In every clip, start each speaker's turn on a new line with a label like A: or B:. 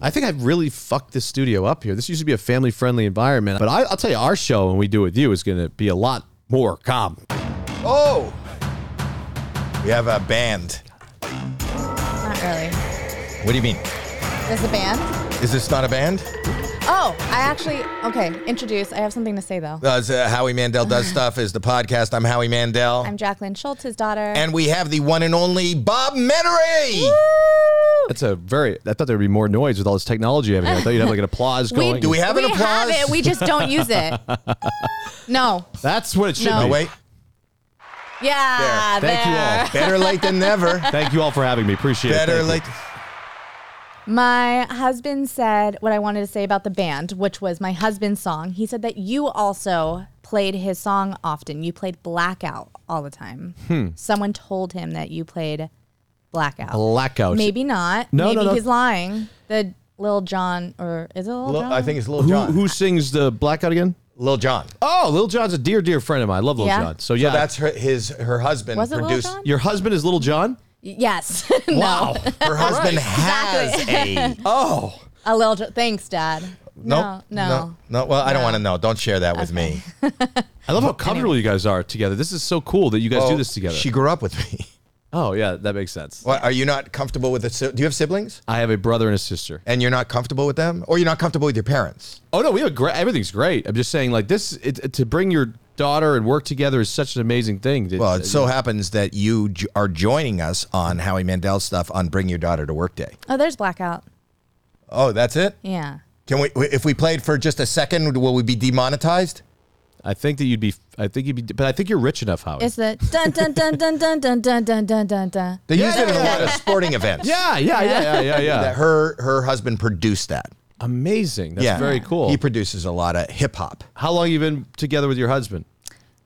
A: I think I've really fucked this studio up here. This used to be a family friendly environment, but I, I'll tell you, our show when we do it with you is going to be a lot more calm.
B: Oh! We have a band.
C: Not really.
B: What do you mean?
C: There's a band.
B: Is this not a band?
C: Oh, I actually okay. Introduce. I have something to say though.
B: Uh, it's, uh, Howie Mandel Does Stuff is the podcast. I'm Howie Mandel.
C: I'm Jacqueline Schultz, his daughter.
B: and we have the one and only Bob Menery.
A: That's a very, I thought there'd be more noise with all this technology. Having. I thought you'd have like an applause going.
B: Do we have an
C: we
B: applause?
C: have it. We just don't use it. no.
A: That's what it should
C: No.
A: be.
B: Oh, wait.
C: Yeah.
A: There. Thank you all.
B: Better late than never.
A: Thank you all for having me. Appreciate it.
B: Better
A: Thank you.
B: late.
C: My husband said what I wanted to say about the band, which was my husband's song. He said that you also played his song often. You played Blackout all the time.
B: Hmm.
C: Someone told him that you played Blackout.
A: Blackout.
C: Maybe not.
A: No,
C: Maybe
A: no, no.
C: he's lying. The Lil John, or is it Lil John?
B: I think it's Lil
A: Who,
B: John.
A: who sings the blackout again?
B: Lil John.
A: Oh, Lil John's a dear, dear friend of mine. I love Lil
C: Yeah.
A: John. So yeah,
B: So that's her, his her husband
C: Was it Lil
B: produced.
C: Jon?
A: your husband is Lil John.
C: yes.
A: Wow.
B: Her husband has a
A: oh,
C: A Lil John. Thanks, Dad. No,
B: Nope.
C: no.
B: no, Well, I don't want to know. Don't share that with me.
A: I love how comfortable you guys are together. This is so cool that you guys do this together.
B: She grew up with me.
A: oh yeah, that makes sense.
B: What, are you not comfortable with the? Do you have siblings?
A: I have a brother and a sister.
B: And you're not comfortable with them, or you're not comfortable with your parents?
A: Oh no, we have a great. Everything's great. I'm just saying, like this, it, it- to bring your daughter and work together is such an amazing thing. That,
B: Well, it so happens that you j- are joining us on Howie Mandel stuff on Bring Your Daughter to Work Day.
C: Oh, there's Blackout.
B: Oh, that's it.
C: Yeah.
B: Can we? If we played for just a second, will we be demonetized?
A: I think that you'd be. I think you'd be. But I think you're rich enough, Howard.
C: It's the dun dun dun dun dun dun dun dun dun dun dun.
B: They use it in a lot of sporting events.
A: yeah, yeah, yeah, yeah, yeah,
B: That
A: yeah.
B: her her husband produced that.
A: amazing. That's very cool.
B: He produces a lot of hip hop.
A: How long you been together with your husband?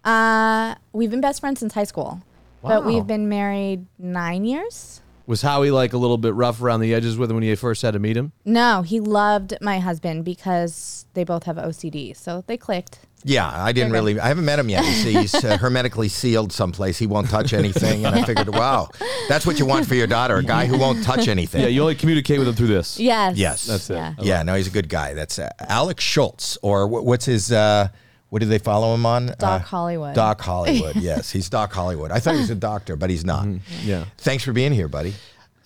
C: Uh, we've been best friends since high school, but
A: Wow.
C: we've been married nine years.
A: Was Howie like a little bit rough around the edges with him when you first had to meet him?
C: No, he loved my husband because they both have OCD, so they clicked.
B: Yeah, I didn't
C: Okay.
B: really. I haven't met him yet. He's, he's uh, hermetically sealed someplace. He won't touch anything. And I figured, wow, that's what you want for your daughter—a guy who won't touch anything.
A: Yeah, you only communicate with him through this.
C: Yes.
B: Yes. That's
A: it.
C: Yeah.
B: Yeah, no, he's a good guy. That's uh, Alex Schultz, or wh- what's his? Uh, what do they follow him on?
C: Doc
B: Uh,
C: Hollywood.
B: Doc Hollywood. yes, he's Doc Hollywood. I thought he was a doctor, but he's not.
C: Mm-hmm.
A: Yeah.
B: Thanks for being here, buddy.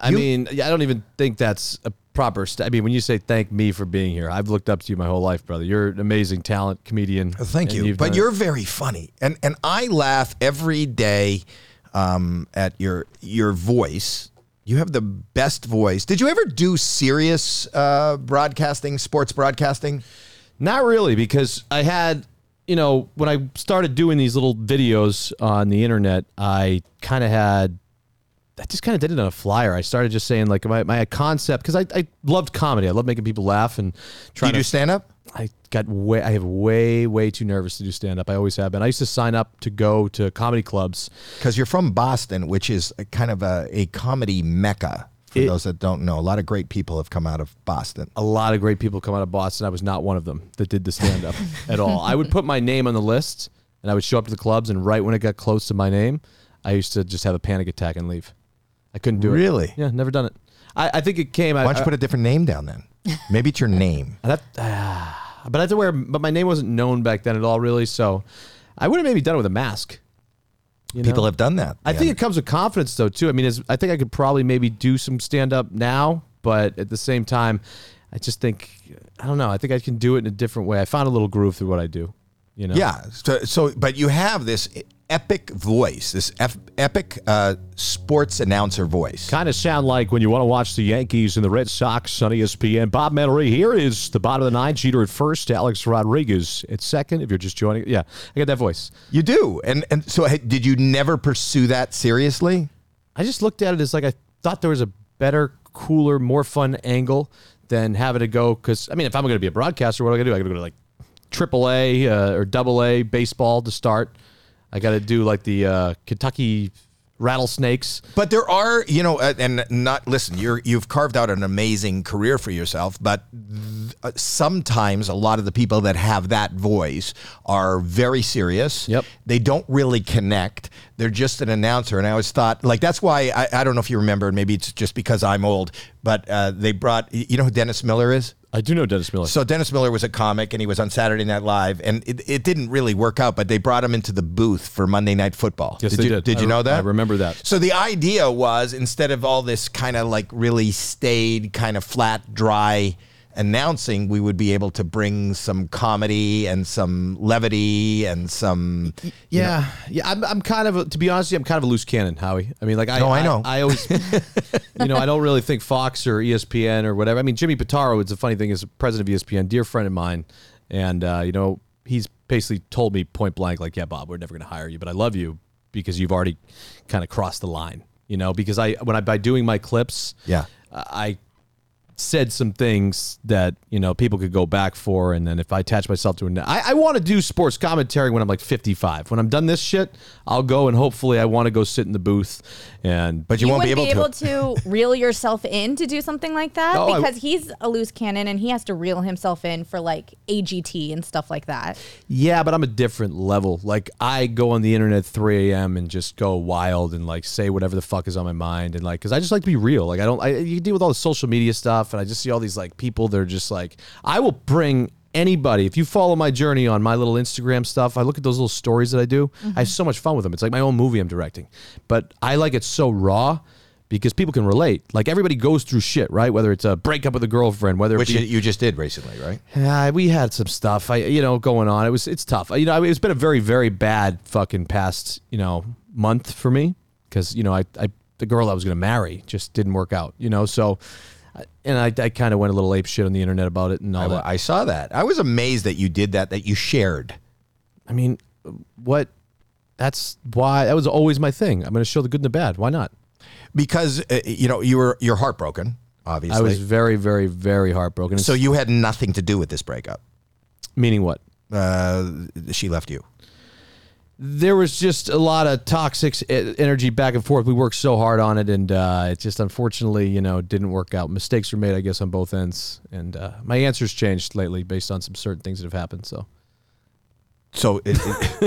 A: I mean, yeah, I don't even think that's a proper. St- I mean, when you say thank me for being here, I've looked up to you my whole life, brother. You're an amazing talent comedian.
B: Well, Uh, Thank
A: and
B: you.
A: you've
B: But
A: done it.
B: you're very funny, and and I laugh every day um, at your your voice. You have the best voice. Did you ever do serious uh, broadcasting, sports broadcasting?
A: Not really, because I had, you know, when I started doing these little videos on the internet, I kind of had, I just kind of did it on a flyer. I started just saying like my, my concept because I, I loved comedy. I love making people laugh and
B: Do you
A: trying
B: do
A: to.
B: stand up?
A: I got way, I have way, way too nervous to do stand up. I always have been. I used to sign up to go to comedy clubs.
B: Because you're from Boston, which is a kind of a, a comedy mecca. For
A: It-
B: those that don't know, a lot of great people have come out of Boston.
A: A lot of great people come out of Boston. I was not one of them that did the stand up at all. I would put my name on the list and I would show up to the clubs. And right when it got close to my name, I used to just have a panic attack and leave. I couldn't do it.
B: Really?
A: Yeah, never done it. I, I think it came. I,
B: Why don't
A: I,
B: you put a different name down then? Maybe it's your name.
A: I'd have- ah, but I had to wear. But my name wasn't known back then at all, really. So I would have maybe done it with a mask. you know?
B: People have done that.
A: I
B: man.
A: think it comes with confidence though too. I mean, it's, I think I could probably maybe do some stand up now, but at the same time, I just think I don't know. I think I can do it in a different way. I found a little groove through what I do. You know.
B: Yeah. So, so but you have this epic voice, this ep- epic uh, sports announcer voice.
A: Kind of sound like when you want to watch the Yankees and the Red Sox on E ESPN. Bob Mannery here is the bottom of the nine. Jeter at first, Alex Rodriguez at second. If you're just joining, yeah, I got that voice.
B: You do, and and so hey, did you never pursue that seriously?
A: I just looked at it as like I thought there was a better, cooler, more fun angle than having to go. Because I mean, if I'm going to be a broadcaster, what am I going to do? I got to go to like AAA uh, or Double A baseball to start. I got to do like the uh, Kentucky rattlesnakes.
B: But there are, you know, uh, and not listen. You're you've carved out an amazing career for yourself, but th- uh, sometimes a lot of the people that have that voice are very serious.
A: Yep.
B: They don't really connect. They're just an announcer. And I always thought, like, that's why I, I don't know if you remember, and maybe it's just because I'm old, but uh, they brought, you know who Dennis Miller is?
A: I do know Dennis Miller.
B: So Dennis Miller was a comic, and he was on Saturday Night Live, and it, it didn't really work out. But they brought him into the booth for Monday Night Football.
A: Yes,
B: did
A: they
B: you,
A: did.
B: Did you
A: I-
B: know that?
A: I remember that.
B: So the idea was instead of all this kind of like really staid, kind of flat, dry announcing, we would be able to bring some comedy and some levity and some.
A: yeah, yeah. I'm, I'm kind of, a, to be honest, with you, I'm kind of a loose cannon, Howie. I mean, like, I,
B: No, I know.
A: I, always, you know, I don't really think Fox or E ESPN or whatever. I mean, Jimmy Pitaro. It's a funny thing. Is the president of E ESPN, dear friend of mine, and uh, you know, he's basically told me point blank, like, yeah, Bob, we're never going to hire you, but I love you because you've already kind of crossed the line. You know, because I when I by doing my clips,
B: Yeah.
A: I said some things that you know people could go back for, and then if I attach myself to it, I, I want to do sports commentary when I'm like 55. When I'm done this shit, I'll go and hopefully I want to go sit in the booth, and
B: But you, won't be
C: wouldn't
B: able, to.
C: reel yourself in to do something like that
A: No, I-
C: because he's a loose cannon and he has to reel himself in for like AGT and stuff like that.
A: yeah, but I'm a different level. Like I go on the internet 3 a.m. and just go wild and like say whatever the fuck is on my mind, and like because I just like to be real. Like I don't, I you deal with all the social media stuff, and I just see all these like people. They're just like, I will bring. Anybody, if you follow my journey on my little Instagram stuff, I look at those little stories that I do. I have so much fun with them. It's like my own movie I'm directing, but I like it so raw because people can relate. Like everybody goes through shit, right? Whether it's a breakup with a girlfriend, whether
B: Which
A: it be
B: you, you just did recently, right?
A: yeah, we had some stuff. I, you know, going on. It was it's tough. You know, it's been a very very bad fucking past you know month for me because you know I, I the girl I was gonna marry just didn't work out. You know, so I- and I, I kind of went a little ape shit on the internet about it and all that.
B: I, I saw that. I was amazed that you did that. That you shared.
A: I mean, what? That's why that was always my thing. I'm gonna show the good and the bad. Why not?
B: because uh, you know you were you're heartbroken obviously
A: I was very very very heartbroken.
B: so you had nothing to do with this breakup
A: meaning what?
B: uh, she left you
A: there was just a lot of toxic e- energy back and forth. We worked so hard on it, and uh, it just unfortunately, you know, didn't work out. Mistakes were made, I guess, on both ends, and uh, my answers changed lately based on some certain things that have happened. So
B: so it,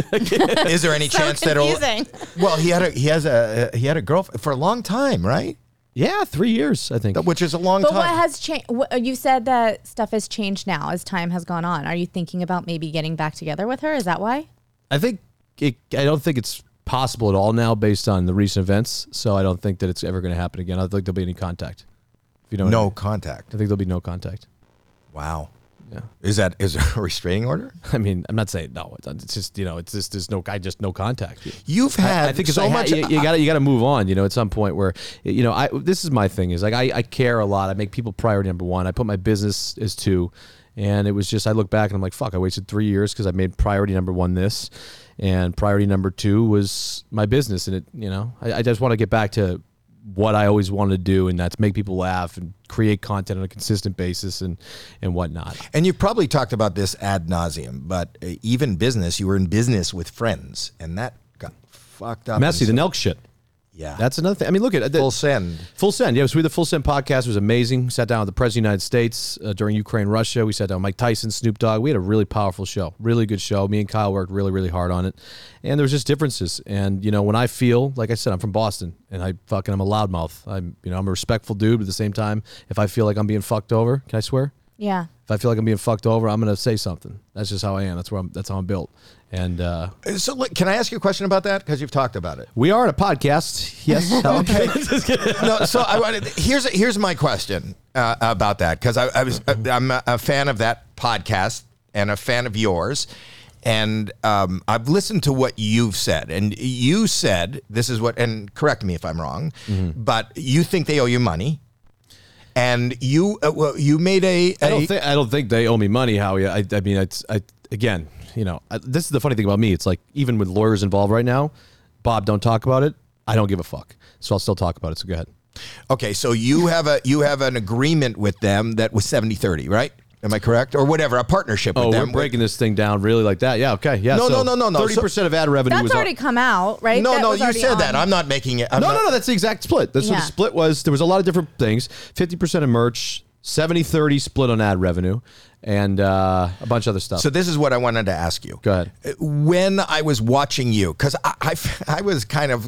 B: it- is there any chance that it'll-
C: confusing.
B: well he had a he has a he had a girlfriend for a long time right
A: yeah, three years, I think.
B: which is a long
C: But
B: time
C: what has changed? You said that stuff has changed now as time has gone on. Are you thinking about maybe getting back together with her? Is that why?
A: I think it, I don't think it's possible at all now based on the recent events. So I don't think that it's ever going to happen again. I don't think there'll be any contact. If you don't,
B: no contact
A: I think there'll be no contact.
B: wow
A: Yeah.
B: is that is there a restraining order
A: I mean, I'm not saying no. It's it's just you know, it's just there's no, I just no contact.
B: you've had
A: I think
B: so much
A: You, got to you got to move on. You know, at some point where you know, I this is my thing is like I, I care a lot. I make people priority number one. I put my business as two, and it was just I look back and I'm like, fuck, I wasted three years because I made priority number one this, and priority number two was my business, and it you know I, I just want to get back to what I always wanted to do, and that's make people laugh and create content on a consistent basis and and whatnot.
B: And you've probably talked about this ad nauseum, but uh, even business, you were in business with friends, and that got fucked up.
A: Messy, the
B: And so-
A: Nelk shit.
B: yeah,
A: That's another thing. I mean, look at it.
B: full send.
A: Full Send. Yes, we had the Full Send podcast. It was amazing. Sat down with the President of the United States uh, during Ukraine, Russia. We sat down with Mike Tyson, Snoop Dogg. We had a really powerful show, really good show. Me and Kyle worked really, really hard on it. And there was just differences. And, you know, when I feel, like I said, I'm from Boston and I fucking, I'm a loudmouth. I'm, you know, I'm a respectful dude, but at the same time, if I feel like I'm being fucked over, can I swear?
C: Yeah.
A: If I feel like I'm being fucked over, I'm going to say something. That's just how I am. That's where I'm, that's how I'm built. And, uh,
B: Uh, So, look, can I ask you a question about that? Because you've talked about it.
A: we are in a podcast. Yes. okay.
B: no, so I wanted, here's here's my question uh, about that because I, I was uh, I'm a, a fan of that podcast and a fan of yours, and um, I've listened to what you've said, and you said this is what, and correct me if I'm wrong,
A: Mm-hmm.
B: but you think they owe you money, and you uh, well, you made a,
A: I
B: a-
A: don't think I don't think they owe me money, Howie. I, I mean, it's I again, you know, I, this is the funny thing about me. It's like even with lawyers involved right now, Bob, don't talk about it. I don't give a fuck, so I'll still talk about it. So go ahead.
B: okay, so you have a you have an agreement with them that was 70-30, right? Am I correct or whatever? A partnership
A: Oh,
B: with
A: we're
B: them.
A: breaking this thing down really like that. Yeah, okay, yeah.
B: No,
A: so
B: no, no, no, no.
A: Thirty percent of ad revenue
C: That's
A: was
C: already come out, right?
B: no,
C: That
B: no,
C: was
B: you
C: already
B: said
C: on.
B: that. I'm not making it. I'm
A: No,
B: not,
A: no, no. That's the exact split. That's what
C: Yeah.
A: the split was. There was a lot of different things. Fifty percent of merch, 70 30 split on ad revenue and uh, a bunch of other stuff.
B: So this is what I wanted to ask you.
A: Go ahead.
B: When I was watching you, because I, I, I was kind of,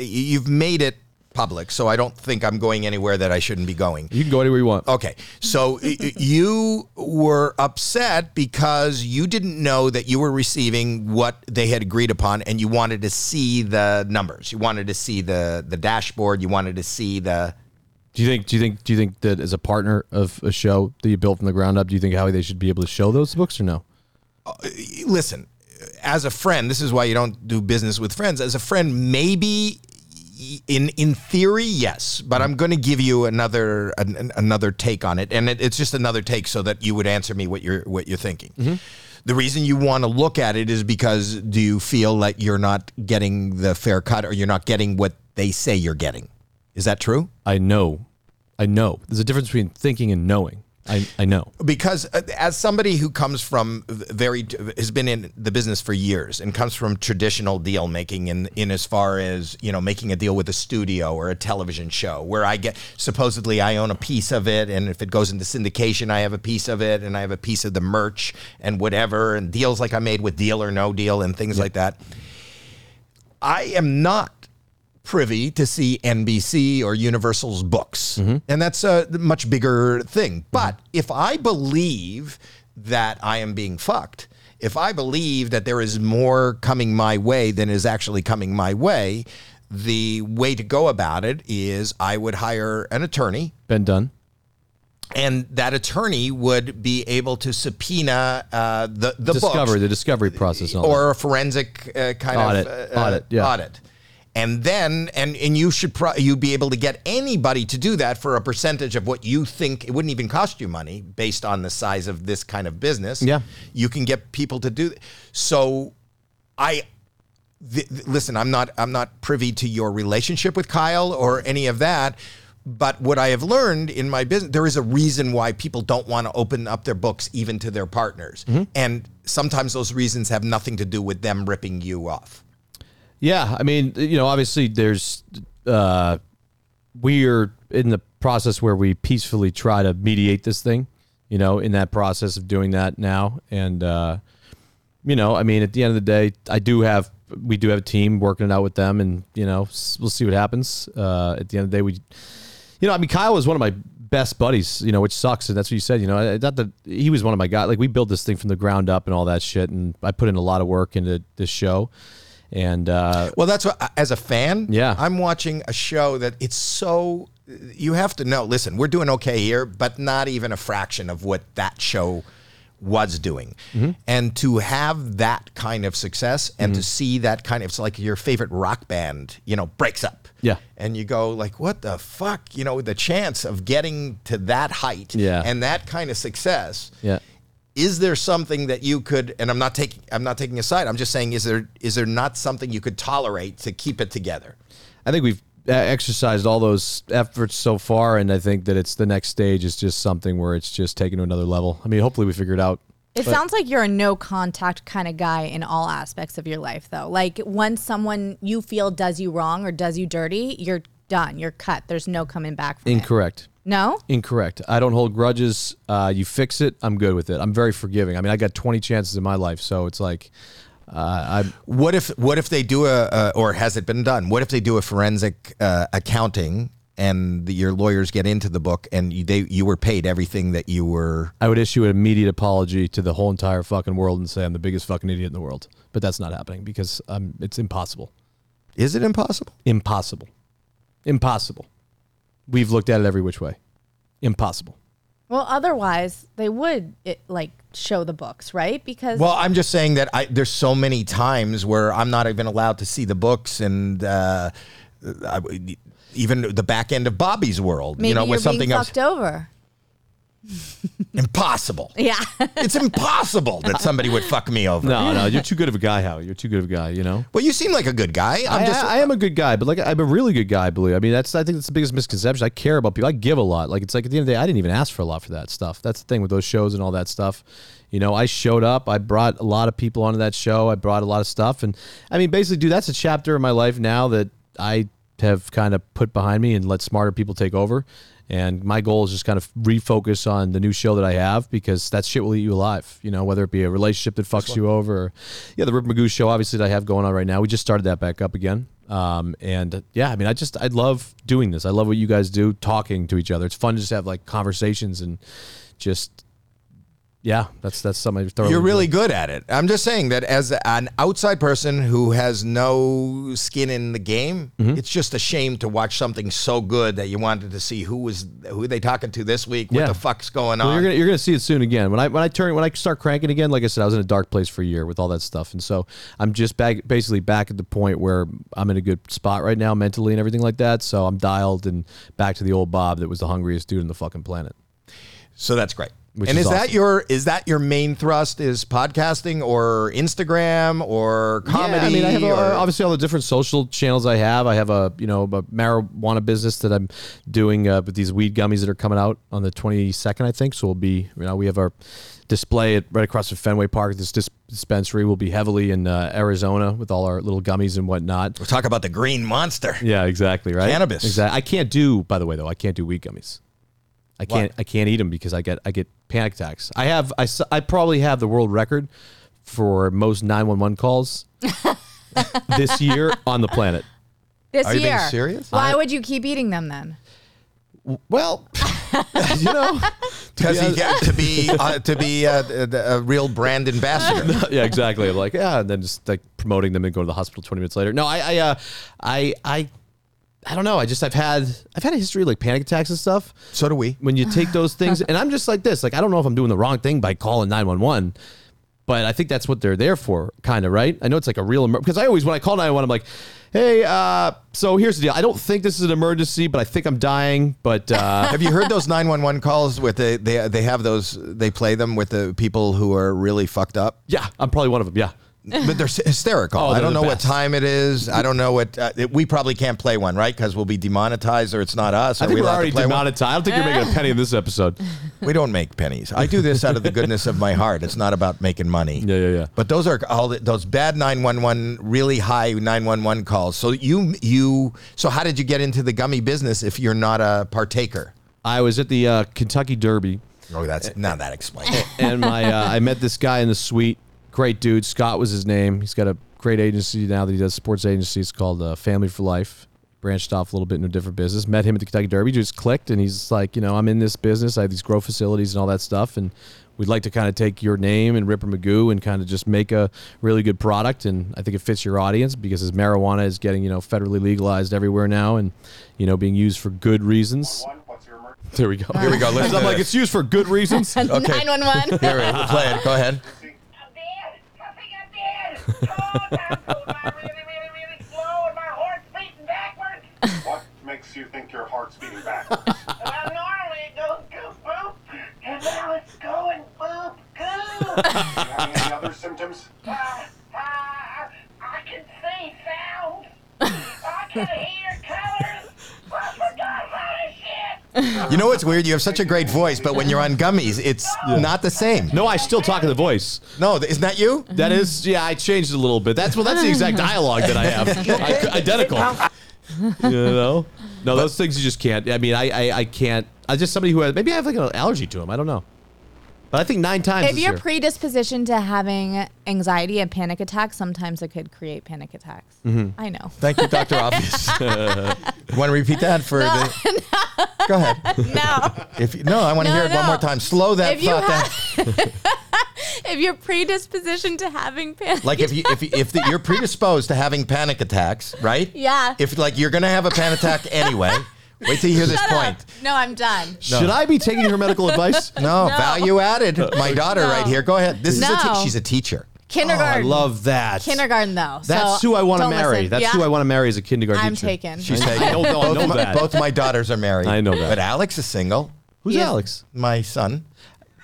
B: you've made it public, so I don't think I'm going anywhere that I shouldn't be going.
A: you can go anywhere you want.
B: Okay, so y- y- you were upset because you didn't know that you were receiving what they had agreed upon, and you wanted to see the numbers. You wanted to see the the dashboard. You wanted to see the
A: Do you think? Do you think? Do you think that as a partner of a show that you built from the ground up, do you think how they should be able to show those books or no?
B: listen, as a friend, this is why you don't do business with friends. As a friend, maybe in in theory, yes, but I'm going to give you another an, an- another take on it, and it, it's just another take so that you would answer me what you're what you're thinking. The reason you want to look at it is because do you feel that you're not getting the fair cut, or you're not getting what they say you're getting? Is that true?
A: I know, I know. There's a difference between thinking and knowing. I I know.
B: because uh, as somebody who comes from v- very has been in the business for years and comes from traditional deal making in in as far as you know making a deal with a studio or a television show where I get supposedly I own a piece of it and if it goes into syndication I have a piece of it and I have a piece of the merch and whatever and deals like I made with Deal or No Deal and things like that I am not privy to see NBC or Universal's books.
A: Mm-hmm.
B: And that's a much bigger thing. But if I believe that I am being fucked, if I believe that there is more coming my way than is actually coming my way, the way to go about it is I would hire an attorney
A: Ben Dunn.
B: and that attorney would be able to subpoena uh, the, the
A: discover
B: books
A: the discovery process. and all
B: or a forensic uh, kind
A: Audit.
B: of
A: Audit, yeah.
B: audit. And then, and and you should pro- you'd be able to get anybody to do that for a percentage of what you think it wouldn't even cost you money based on the size of this kind of business.
A: Yeah.
B: you can get people to do. So, I th- th- listen. I'm not I'm not privy to your relationship with Kyle or any of that. But what I have learned in my business, there is a reason why people don't want to open up their books even to their partners, and sometimes those reasons have nothing to do with them ripping you off.
A: Yeah, I mean, you know, obviously there's uh we're in the process where we peacefully try to mediate this thing, you know, in that process of doing that now and uh you know, I mean, at the end of the day, I do have we do have a team working it out with them and, you know, s- we'll see what happens. Uh at the end of the day, we you know, I mean, Kyle was one of my best buddies, you know, which sucks. And that's what you said, you know, I- not that he was one of my guys. Like, we built this thing from the ground up and all that shit. And I put in a lot of work into this show. And, uh,
B: Well, that's what as a fan,
A: Yeah.
B: I'm watching a show that it's so you have to know. Listen, we're doing okay here, but not even a fraction of what that show was doing.
A: Mm-hmm.
B: And to have that kind of success and to see that kind of it's like your favorite rock band, you know, breaks up.
A: Yeah.
B: And you go like, "What the fuck?" You know, the chance of getting to that height
A: Yeah.
B: and that kind of success
A: yeah.
B: is there something that you could and i'm not taking i'm not taking a side i'm just saying is there is there not something you could tolerate to keep it together
A: I think we've uh, exercised all those efforts so far, and I think that it's the next stage is just something where it's just taken to another level. I mean, hopefully we figure it out.
C: It sounds like you're a no contact kind of guy in all aspects of your life, though. Like once someone you feel does you wrong or does you dirty, you're done. You're cut. There's no coming back from it.
A: Incorrect.
C: No.
A: Incorrect. I don't hold grudges. Uh, you fix it, I'm good with it. I'm very forgiving. I mean, I got 20 chances in my life, so it's like uh, I'm
B: what if what if they do a uh, or has it been done what if they do a forensic uh, accounting and the, your lawyers get into the book and you, they you were paid everything that you were
A: I would issue an immediate apology to the whole entire fucking world and say I'm the biggest fucking idiot in the world. But that's not happening because I'm, it's impossible.
B: is it impossible
A: Impossible. Impossible. We've looked at it every which way. Impossible.
C: Well, otherwise they would it, like show the books, right? Because
B: well i'm just saying that i there's so many times where i'm not even allowed to see the books and uh I, even the back end of Bobby's world,
C: maybe
B: you know,
C: are
B: with something
C: being
B: else
C: fucked over.
B: impossible.
C: Yeah.
B: It's impossible that somebody would fuck me over.
A: No, no, you're too good of a guy, Howie. You're too good of a guy. You know,
B: Well, you seem like a good guy. I'm
A: i
B: just.
A: I, am a good guy, but like I'm a really good guy, Blue. I mean, that's I think that's the biggest misconception. I care about people. I give a lot. Like it's like at the end of the day, I didn't even ask for a lot for that stuff. That's the thing with those shows and all that stuff. You know, I showed up. I brought a lot of people onto that show. I brought a lot of stuff, and I mean, basically, dude, that's a chapter in my life now that I have kind of put behind me and let smarter people take over. And my goal is just kind of refocus on the new show that I have because that shit will eat you alive. You know, whether it be a relationship that fucks you over, or, yeah, the Rip Magoo show obviously that I have going on right now. We just started that back up again. Um, and uh, yeah, I mean, I just I love doing this. I love what you guys do, talking to each other. It's fun to just have like conversations and just yeah, that's that's something I thoroughly
B: You're
A: enjoy.
B: really good at it. I'm just saying that as an outside person who has no skin in the game,
A: Mm-hmm.
B: it's just a shame to watch something so good that you wanted to see who was who are they talking to this week, what
A: Yeah.
B: the fuck's going
A: Well,
B: on.
A: you're gonna you're gonna see it soon again. When I when I turn when I start cranking again, like I said, I was in a dark place for a year with all that stuff, and so I'm just back basically back at the point where I'm in a good spot right now mentally and everything like that. So I'm dialed and back to the old Bob that was the hungriest dude on the fucking planet.
B: so that's great.
A: Which
B: and
A: is
B: is, that
A: awesome.
B: your is that your main thrust is podcasting or Instagram or comedy?
A: Yeah, I mean, I have
B: or-
A: uh, obviously all the different social channels I have. I have a you know a marijuana business that I'm doing uh, with these weed gummies that are coming out on the 22nd, I think. So we'll be you know we have our display at, right across from Fenway Park. This dis- dispensary will be heavily in uh, Arizona with all our little gummies and whatnot.
B: We'll talk about the green monster.
A: Yeah, exactly right.
B: Cannabis.
A: Exactly. I can't do. By the way, though, I can't do weed gummies. I can't. I can't eat them because I get I get panic attacks. I have. I, s- I probably have the world record for most nine one one calls this year on the planet.
C: This
B: Are you
C: year.
B: being serious?
C: Why would you keep eating them then?
B: Well,
A: You know.
B: because he got to be uh, to be a, a, a real brand ambassador.
A: yeah, exactly. I'm like, yeah, and then just like promoting them and go to the hospital 20 minutes later. No, I, I, uh, I, I, I don't know. I just I've had I've had a history of like panic attacks and stuff.
B: So do we.
A: when you take those things and i'm just like this like i don't know if i'm doing the wrong thing by calling 911 but i think that's what they're there for kind of right i know it's like a real emer- because i always when i call 911 i'm like hey uh so here's the deal i don't think this is an emergency but i think i'm dying but uh
B: Have you heard those 911 calls with the they they have those they play them with the people who are really fucked up?
A: yeah i'm probably one of them yeah
B: But they're hysterical.
A: Oh,
B: I
A: they're
B: don't
A: the
B: know
A: best.
B: what time it is. I don't know what uh, it- we probably can't play one, right? Cuz we'll be demonetized or it's not us.
A: i
B: Are
A: think
B: we
A: we are
B: allowed to
A: already
B: play one?
A: demonetized i don't think you're making a penny in this episode
B: We don't make pennies. I do this out of the goodness of my heart. It's not about making money.
A: Yeah, yeah, yeah.
B: But those are all the, those bad 911 really high 911 calls. So you you so how did you get into the gummy business if you're not a partaker?
A: i was at the uh, kentucky derby
B: Oh, that's now that explains. it.
A: and my uh, I met this guy in the suite. Great dude. Scott was his name. He's got a great agency now that he does sports agency. It's called uh, Family for Life. Branched off a little bit into a different business. Met him at the Kentucky Derby. Just clicked, and he's like, you know, I'm in this business. I have these grow facilities and all that stuff, and we'd like to kind of take your name and Ripper Magoo and kind of just make a really good product. And I think it fits your audience because as marijuana is getting, you know, federally legalized everywhere now, and you know, being used for good reasons.
D: One, what's your emergency?
A: There we go.
B: Here we go. Listen to
A: I'm like,
B: this.
A: it's used for good reasons.
C: 911.
B: Here, we'll play it. Go ahead.
D: I'm dead. I think I'm dead. Oh, I'm so I'm really, really, really slow, and my heart's beating backwards. What makes you think your heart's beating backwards? well, normally it goes goop boop, and now it's going boop goop. Do you have any other symptoms? Uh, uh, I can see sound. I can hear colors. I forgot how to shit.
B: You know what's weird? You have such a great voice, but when you're on gummies, it's not the same.
A: No, I still talk in the voice.
B: No, th- isn't that you?
A: That is, yeah, I changed it a little bit. That's well, that's the exact dialogue that I have, I, identical. You know, no, those things you just can't. I mean, I, I, I can't. I just somebody who has maybe I have like an allergy to them. I don't know, but I think nine times.
C: if
A: this
C: you're
A: year.
C: predispositioned to having anxiety and panic attacks, sometimes it could create panic attacks.
B: Mm-hmm.
C: I know.
B: Thank you, Dr. Obvious. want to repeat that for the. Go ahead.
C: Now,
B: If you, no, I want to
C: No,
B: hear it one
C: no.
B: more time. Slow that
C: If you
B: thought down.
C: if you're predispositioned to having panic,
B: Like if you if you- if the, you're predisposed to having panic attacks, right?
C: Yeah.
B: If like you're gonna have a panic attack anyway, wait till you hear this
C: Shut
B: point.
C: up. No, I'm done.
A: should I be taking her medical advice?
B: No, value added. My daughter
C: No.
B: right here. Go ahead. This is a
C: No.
B: te- she's a teacher.
A: Oh, I
C: Kindergarten.
A: love that.
C: kindergarten though.
A: That's
C: so
A: who I want to
C: don't
A: marry.
C: listen.
A: That's
C: Yeah.
A: who I want to marry as a kindergarten
C: I'm
A: teacher.
C: taken.
B: She's saying
A: I know, no, I
B: both,
A: know
B: my,
A: that.
B: both my daughters are married.
A: I know that.
B: But Alex is single.
A: Who's
C: Yeah.
A: Alex?
B: My son.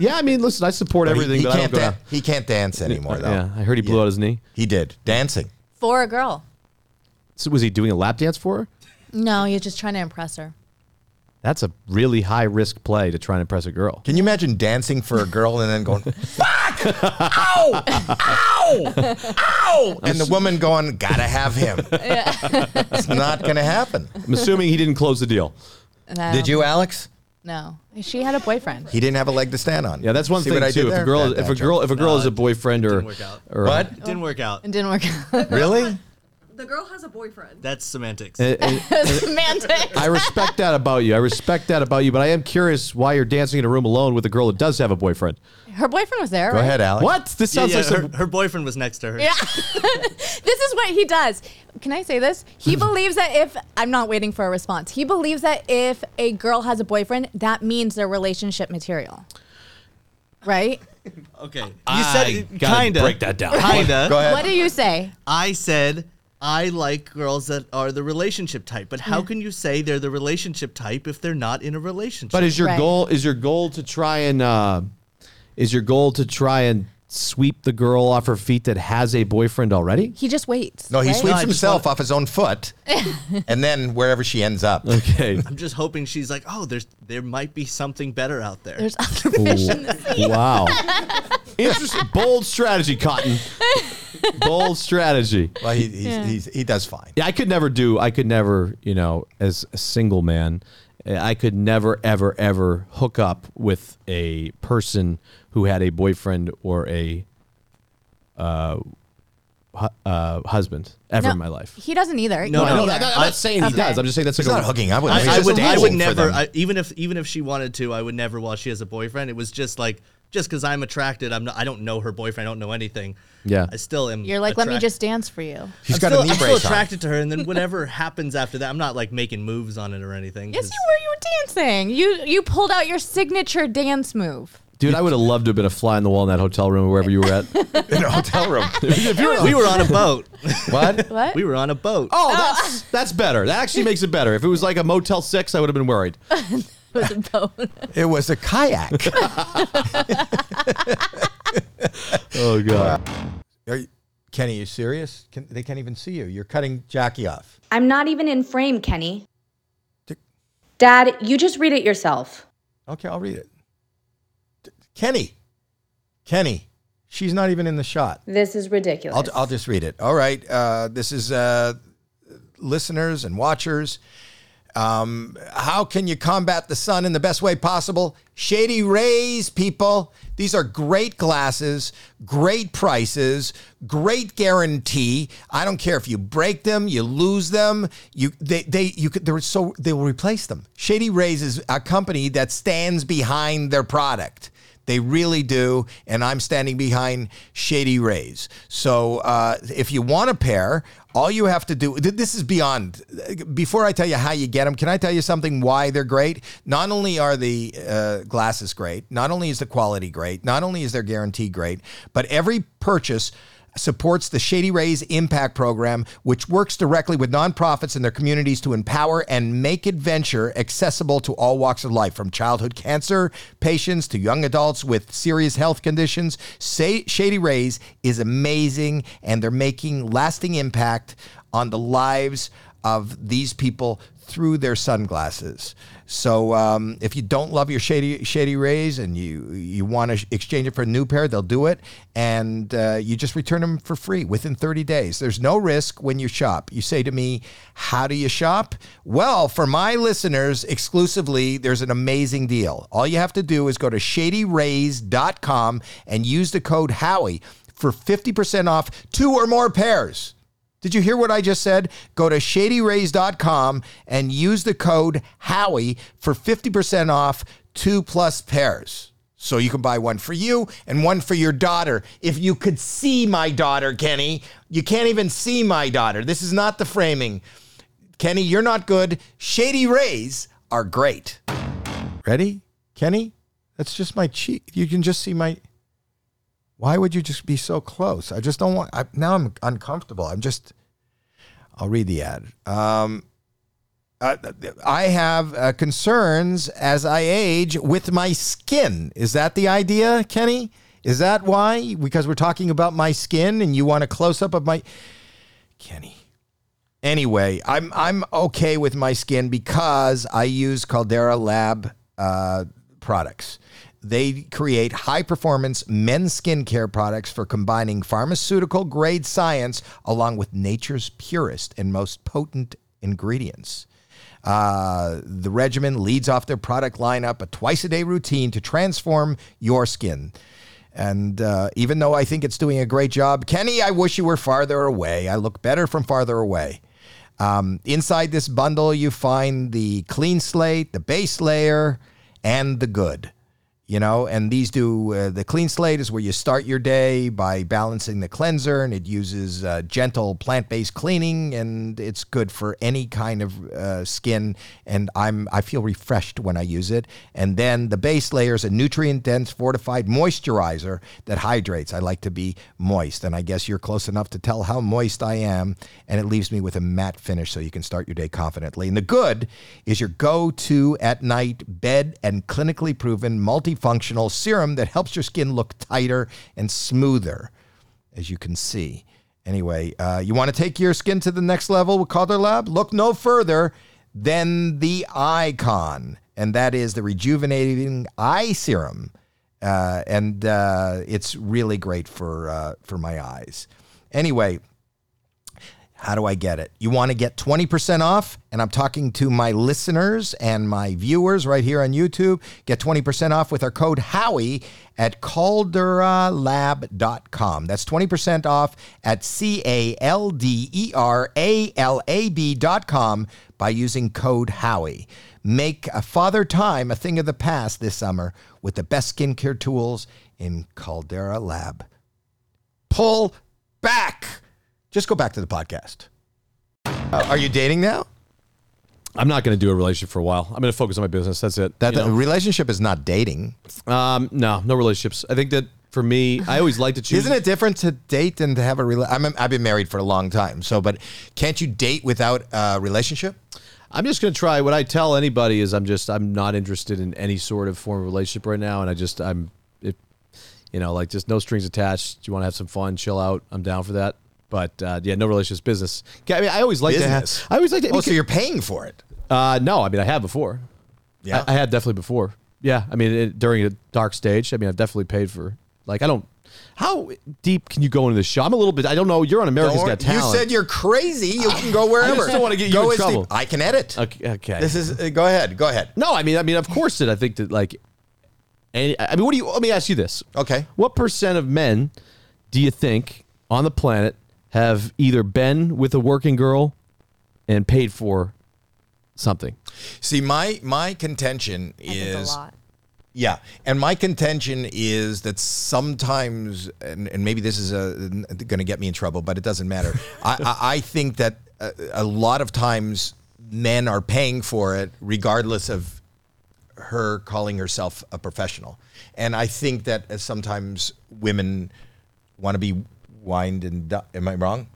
A: Yeah, I mean, listen, I support
B: He-
A: everything.
B: He,
A: but I
B: can't
A: don't go
B: dan- he can't dance anymore
A: down.
B: though.
A: Yeah, I heard he blew out his knee.
B: He did dancing.
C: For a girl.
A: So was he doing a lap dance for her?
C: No, you're just trying to impress her.
A: That's a really high risk play to try and impress a girl.
B: Can you imagine dancing for a girl and then going, fuck, ow, ow, ow, and the woman going, gotta have him. it's not gonna happen.
A: I'm assuming he didn't close the deal.
C: No.
B: Did you, Alex?
C: No, she had a boyfriend.
B: He didn't have a leg to stand on.
A: Yeah, that's one
B: See
A: thing
B: what I
A: too.
B: did
A: If a
B: there?
A: girl,
B: Bad,
A: if a
B: bad
A: girl,
B: joke.
A: if a girl is a boyfriend or,
E: Didn't work out.
A: or
B: What?
E: It didn't work out.
C: It didn't work out.
B: really?
F: The girl has a boyfriend.
E: That's semantics.
C: Semantics.
A: I respect that about you. I respect that about you, but I am curious why you're dancing in a room alone with a girl that does have a boyfriend.
C: Her boyfriend was there.
B: Go
C: right?
B: ahead, Alex.
A: What? This
E: yeah,
A: sounds
E: yeah,
A: like
E: her,
A: some.
E: her boyfriend was next to her.
C: Yeah. this is what he does. Can I say this? He believes that if I'm not waiting for a response, he believes that if a girl has a boyfriend, that means they're relationship material. Right?
E: Okay. You
A: I
E: said
A: gotta
E: kinda.
A: break that down.
E: Kinda.
B: Go ahead.
C: What do you say?
E: I said I like girls that are the relationship type, but how can you say they're the relationship type if they're not in a relationship?
A: But is your
C: Right.
A: goal is your goal to try and uh, is your goal to try and sweep the girl off her feet that has a boyfriend already?
C: He just waits.
B: No, he
C: right?
B: sweeps
E: No, I just
B: himself
E: wanna-
B: off his own foot, and then wherever she ends up.
A: Okay.
E: I'm just hoping she's like, oh, there's there might be something better out there.
C: There's other fish in the sea.
A: wow. Interesting. Bold strategy, Cotton. Bold strategy.
B: Well, he he's, he's, he does fine.
A: Yeah, I could never do. I could never, you know, as a single man, eh, I could never, ever, ever hook up with a person who had a boyfriend or a uh, hu- uh, husband ever
C: No,
A: in my life.
C: He doesn't either.
E: No,
C: You
E: no,
C: don't
E: no,
C: either.
E: I- I'm
A: saying he does. I'm just saying that's
B: He's not hooking up with them.
E: I, I
B: He's
E: would,
B: just
E: I would
B: leaving for
E: never,
B: them.
E: I, even if even if she wanted to, I would never. While she has a boyfriend, it was just like just because I'm attracted, I'm not, I don't know her boyfriend, I don't know anything.
A: Yeah.
E: I still am.
C: You're like, let me
E: attract-
C: just dance for you.
B: She's
E: I'm
B: got
E: still,
B: a knee
E: I'm still
B: brace on.
E: attracted to her, and then whatever happens after that, I'm not like making moves on it or anything.
C: Yes,
E: 'cause-
C: you were. You were dancing. You you pulled out your signature dance move.
A: Dude, I would have loved to have been a fly on the wall in that hotel room, wherever you were at.
B: in a hotel room.
E: We were on a boat.
B: what?
C: What?
E: we were on a boat.
A: Oh, that's that's better. That actually makes it better. If it was like a Motel Six, I would have been worried.
C: With a bone.
B: It was a kayak.
A: Oh god.
B: Are you, Kenny, you serious? Can, they can't even see you. You're cutting Jackie off.
G: I'm not even in frame, Kenny.
B: Dick-
G: Dad, you just read it yourself.
B: Okay, I'll read it. D- Kenny, Kenny, she's not even in the shot.
G: This is ridiculous.
B: I'll, I'll just read it. All right. Uh, this is uh, listeners and watchers. Um, how can you combat the sun in the best way possible? Shady Rays, people. These are great glasses, great prices, great guarantee. I don't care if you break them, you lose them, you they they you could they're so they will replace them. Shady Rays is a company that stands behind their product. They really do. And I'm standing behind Shady Rays. So uh, if you want a pair, all you have to do th- this is beyond. Before I tell you how you get them, can I tell you something why they're great? Not only are the uh, glasses great, not only is the quality great, not only is their guarantee great, but every purchase supports the Shady Rays Impact Program, which works directly with nonprofits and their communities to empower and make adventure accessible to all walks of life, from childhood cancer patients to young adults with serious health conditions. Sa- Shady Rays is amazing, and they're making lasting impact on the lives of these people through their sunglasses. So um, if you don't love your shady shady rays and you you want to exchange it for a new pair, they'll do it, and uh, you just return them for free within 30 days. There's no risk when you shop. You say to me, "How do you shop?" Well, for my listeners exclusively, there's an amazing deal. All you have to do is go to shadyrays.com and use the code Howie for 50% off two or more pairs. Did you hear what I just said? Go to shadyrays.com and use the code Howie for 50% off two plus pairs. So you can buy one for you and one for your daughter. If you could see my daughter, Kenny, you can't even see my daughter. This is not the framing. Kenny, you're not good. Shady Rays are great. Ready? Kenny? That's just my cheek. You can just see my why would you just be so close? I just don't want. I, now I'm uncomfortable. I'm just. I'll read the ad. Um, uh, I have uh, concerns as I age with my skin. Is that the idea, Kenny? Is that why? Because we're talking about my skin, and you want a close up of my Kenny. Anyway, I'm I'm okay with my skin because I use Caldera Lab uh, products. They create high performance men's skincare products for combining pharmaceutical grade science along with nature's purest and most potent ingredients. Uh, the regimen leads off their product lineup, a twice a day routine to transform your skin. And uh, even though I think it's doing a great job, Kenny, I wish you were farther away. I look better from farther away. Um, inside this bundle, you find the clean slate, the base layer, and the good. You know, and these do uh, the clean slate is where you start your day by balancing the cleanser, and it uses uh, gentle plant based cleaning, and it's good for any kind of uh, skin. And I'm I feel refreshed when I use it. And then the base layer is a nutrient dense fortified moisturizer that hydrates. I like to be moist, and I guess you're close enough to tell how moist I am, and it leaves me with a matte finish so you can start your day confidently. And the good is your go to at night bed and clinically proven multifunctional serum that helps your skin look tighter and smoother, as you can see. Anyway, uh, you want to take your skin to the next level with Calder Lab? Look no further than the icon, and that is the rejuvenating eye serum uh, and uh, it's really great for uh, for my eyes. Anyway, how do I get it? You want to get 20% off, and I'm talking to my listeners and my viewers right here on YouTube. Get 20% off with our code Howie at calderalab.com. That's 20% off at C A L D E R A L A B.com by using code Howie. Make a father time a thing of the past this summer with the best skincare tools in Caldera Lab. Pull back. Just go back to the podcast. Uh, are you dating now?
A: I'm not going to do a relationship for a while. I'm going to focus on my business. That's it.
B: That
A: You know?
B: the relationship is not dating.
A: um, no, no relationships. I think that for me, I always like to choose.
B: Isn't it different to date than to have a relationship? I've been married for a long time, so but can't you date without a relationship?
A: I'm just going to try. What I tell anybody is, I'm just, I'm not interested in any sort of form of relationship right now, and I just, I'm, it, you know, like just no strings attached. You want to have some fun, chill out. I'm down for that. But uh, yeah, no relationships, business. I mean, I always like to
B: Business?
A: have. I always like to. I
B: Oh,
A: mean,
B: so you're paying for it?
A: Uh, no, I mean I have before.
B: Yeah.
A: I, I had definitely before. Yeah, I mean it, during a dark stage. I mean I've definitely paid for. Like I don't. How deep can you go into the show? I'm a little bit. I don't know. You're on America's
B: Don't worry.
A: Got Talent.
B: You said you're crazy. You can go wherever.
A: just don't wanna get you in
B: Go as deep-
A: trouble.
B: I can edit.
A: Okay. okay.
B: This is uh, go ahead. Go ahead.
A: no. I mean I mean of course that I think that like. Any, I mean, what do you? Let me ask you this.
B: Okay.
A: What percent of men do you think on the planet have either been with a working girl and paid for something?
B: See, my my contention
C: I think a
B: is
C: lot.
B: yeah, and my contention is that sometimes, and, and maybe this is going to get me in trouble, but it doesn't matter. I, I, I think that a, a lot of times men are paying for it, regardless of her calling herself a professional, and I think that uh, sometimes women want to be wined and. di- Am I wrong?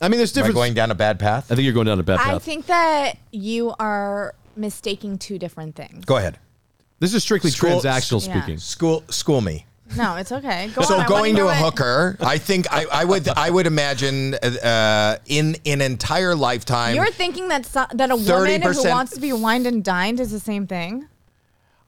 A: I mean, there's
B: Am I
A: different.
B: going down a bad path?
A: I think you're going down a bad path.
C: I think that you are mistaking two different things.
B: Go ahead.
A: This is strictly
B: School-
A: transactional
C: Yeah.
A: speaking.
B: School school me.
C: No, it's okay. Go
B: So
C: on, I wanna
B: going
C: hear
B: to a
C: what-
B: hooker, I think I, I would I would imagine uh, in an entire lifetime.
C: You're thinking that so, that a woman who
B: 30%
C: wants to be wined and dined is the same thing.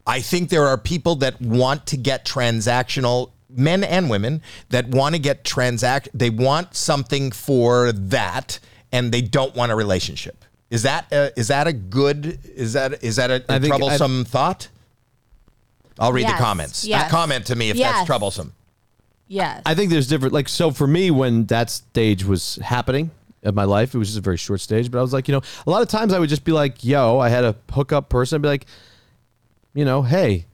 B: I think there are people that want to get transactional, men and women that want to get transact. They want something for that, and they don't want a relationship. Is that a, is that a good? Is that is that a, a
A: I think I-
B: troublesome thought? I'll read
C: Yes,
B: the comments. Uh,
C: yes.
B: Comment to me if that's
C: Yes.
B: troublesome.
C: Yes.
A: I think there's different. Like, so for me, when that stage was happening of my life, it was just a very short stage. But I was like, you know, a lot of times I would just be like, yo, I had a hookup person. I'd be like, you know, hey,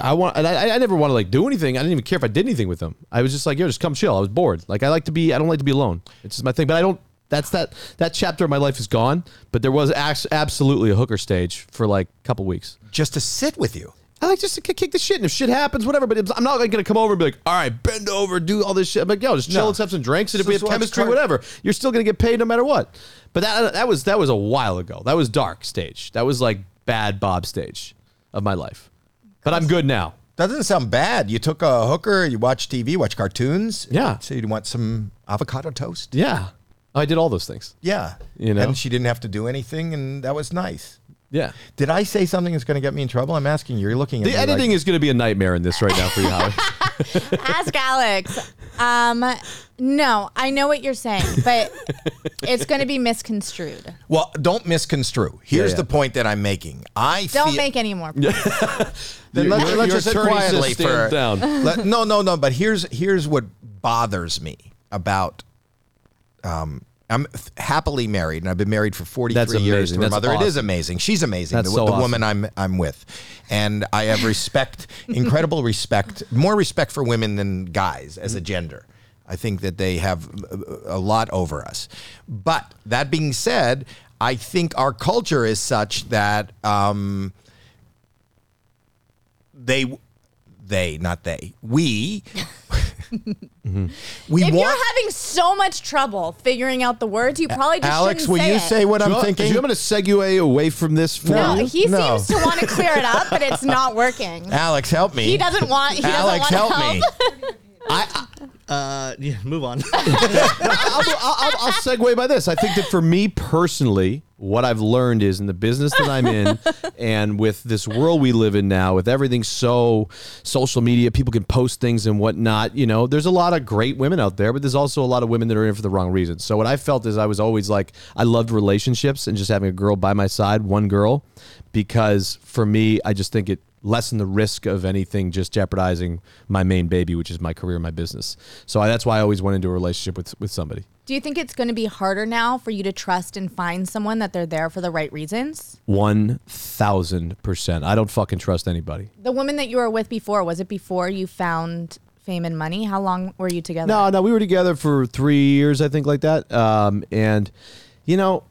A: I want. And I, I never want to like do anything. I didn't even care if I did anything with them. I was just like, yo, just come chill. I was bored. Like, I like to be. I don't like to be alone. It's just my thing. But I don't. That's that. That chapter of my life is gone. But there was ax- absolutely a hooker stage for like a couple weeks.
B: Just to sit with you.
A: I like just to kick kick the shit, and if shit happens, whatever. But it's- I'm not like gonna come over and be like, "All right, bend over, do all this shit." I'm like, "Yo, just chill,
B: No.
A: let's have some drinks, and if
B: Just
A: we have
B: watch
A: chemistry,
B: card-
A: whatever, you're still gonna get paid no matter what." But that that was that was a while ago. That was dark stage. That was like bad Bob stage of my life. But I'm good now.
B: Doesn't sound bad. You took a hooker, you watch TV, watch cartoons.
A: Yeah.
B: So you want some avocado toast?
A: Yeah, Oh, I did all those things.
B: Yeah.
A: You know?
B: And she didn't have to do anything, and that was nice.
A: Yeah,
B: Did I say something that's going to get me in trouble? I'm asking you. You're looking at
A: the
B: me
A: editing
B: like,
A: is gonna be a nightmare in this right now for you, Howard.
C: Ask Alex. Um, no, I know what you're saying, but it's going to be misconstrued.
B: Well, don't misconstrue. Here's
A: yeah.
B: the point that I'm making. I
C: Don't
B: feel,
C: make any more.
B: Then
A: Your-
B: let's,
A: your-
B: let's
A: your
B: just sit
A: attorney says
B: quietly
A: stand
B: for
A: down.
B: Let- no, no, no. But here's here's what bothers me about. Um, I'm th- happily married, and I've been married for 43
A: That's
B: years
A: amazing.
B: to my
A: That's
B: mother. It is
A: awesome.
B: amazing. She's amazing.
A: That's
B: the
A: so
B: the
A: awesome.
B: woman I'm I'm with, and I have respect, incredible respect, more respect for women than guys as a
A: Mm-hmm.
B: gender. I think that they have a- a lot over us. But that being said, I think our culture is such that um, they they not they we we
C: If you're
B: want
C: having so much trouble figuring out the words, you probably just
B: Alex.
C: shouldn't
B: Will
C: say
B: you
C: it.
B: say what
A: Do you
B: I'm
A: want-
B: thinking?
A: Do you want me to segue away from this? For
C: No,
A: you?
C: he
B: No.
C: seems to want to clear it up, but it's not working.
B: Alex, help me.
C: He doesn't want. He doesn't
B: Alex,
C: want
B: help,
C: help.
B: me. I,
E: Uh, yeah, move on.
A: I'll, I'll, I'll- I'll segue by this. I think that for me personally, what I've learned is in the business that I'm in, and with this world we live in now, with everything so social media, people can post things and whatnot. You know, there's a lot of great women out there, but there's also a lot of women that are in it for the wrong reasons. So what I felt is I was always like, I loved relationships and just having a girl by my side, one girl, because for me, I just think it lessen the risk of anything just jeopardizing my main baby, which is my career, my business. So I, that's why I always went into a relationship with with somebody.
C: Do you think it's going to be harder now for you to trust and find someone that they're there for the right reasons?
A: One thousand percent. I don't fucking trust anybody.
C: The woman that you were with before was it before you found fame and money? How long were you together?
A: No, no, we were together for three years, I think, like that. Um, and you know,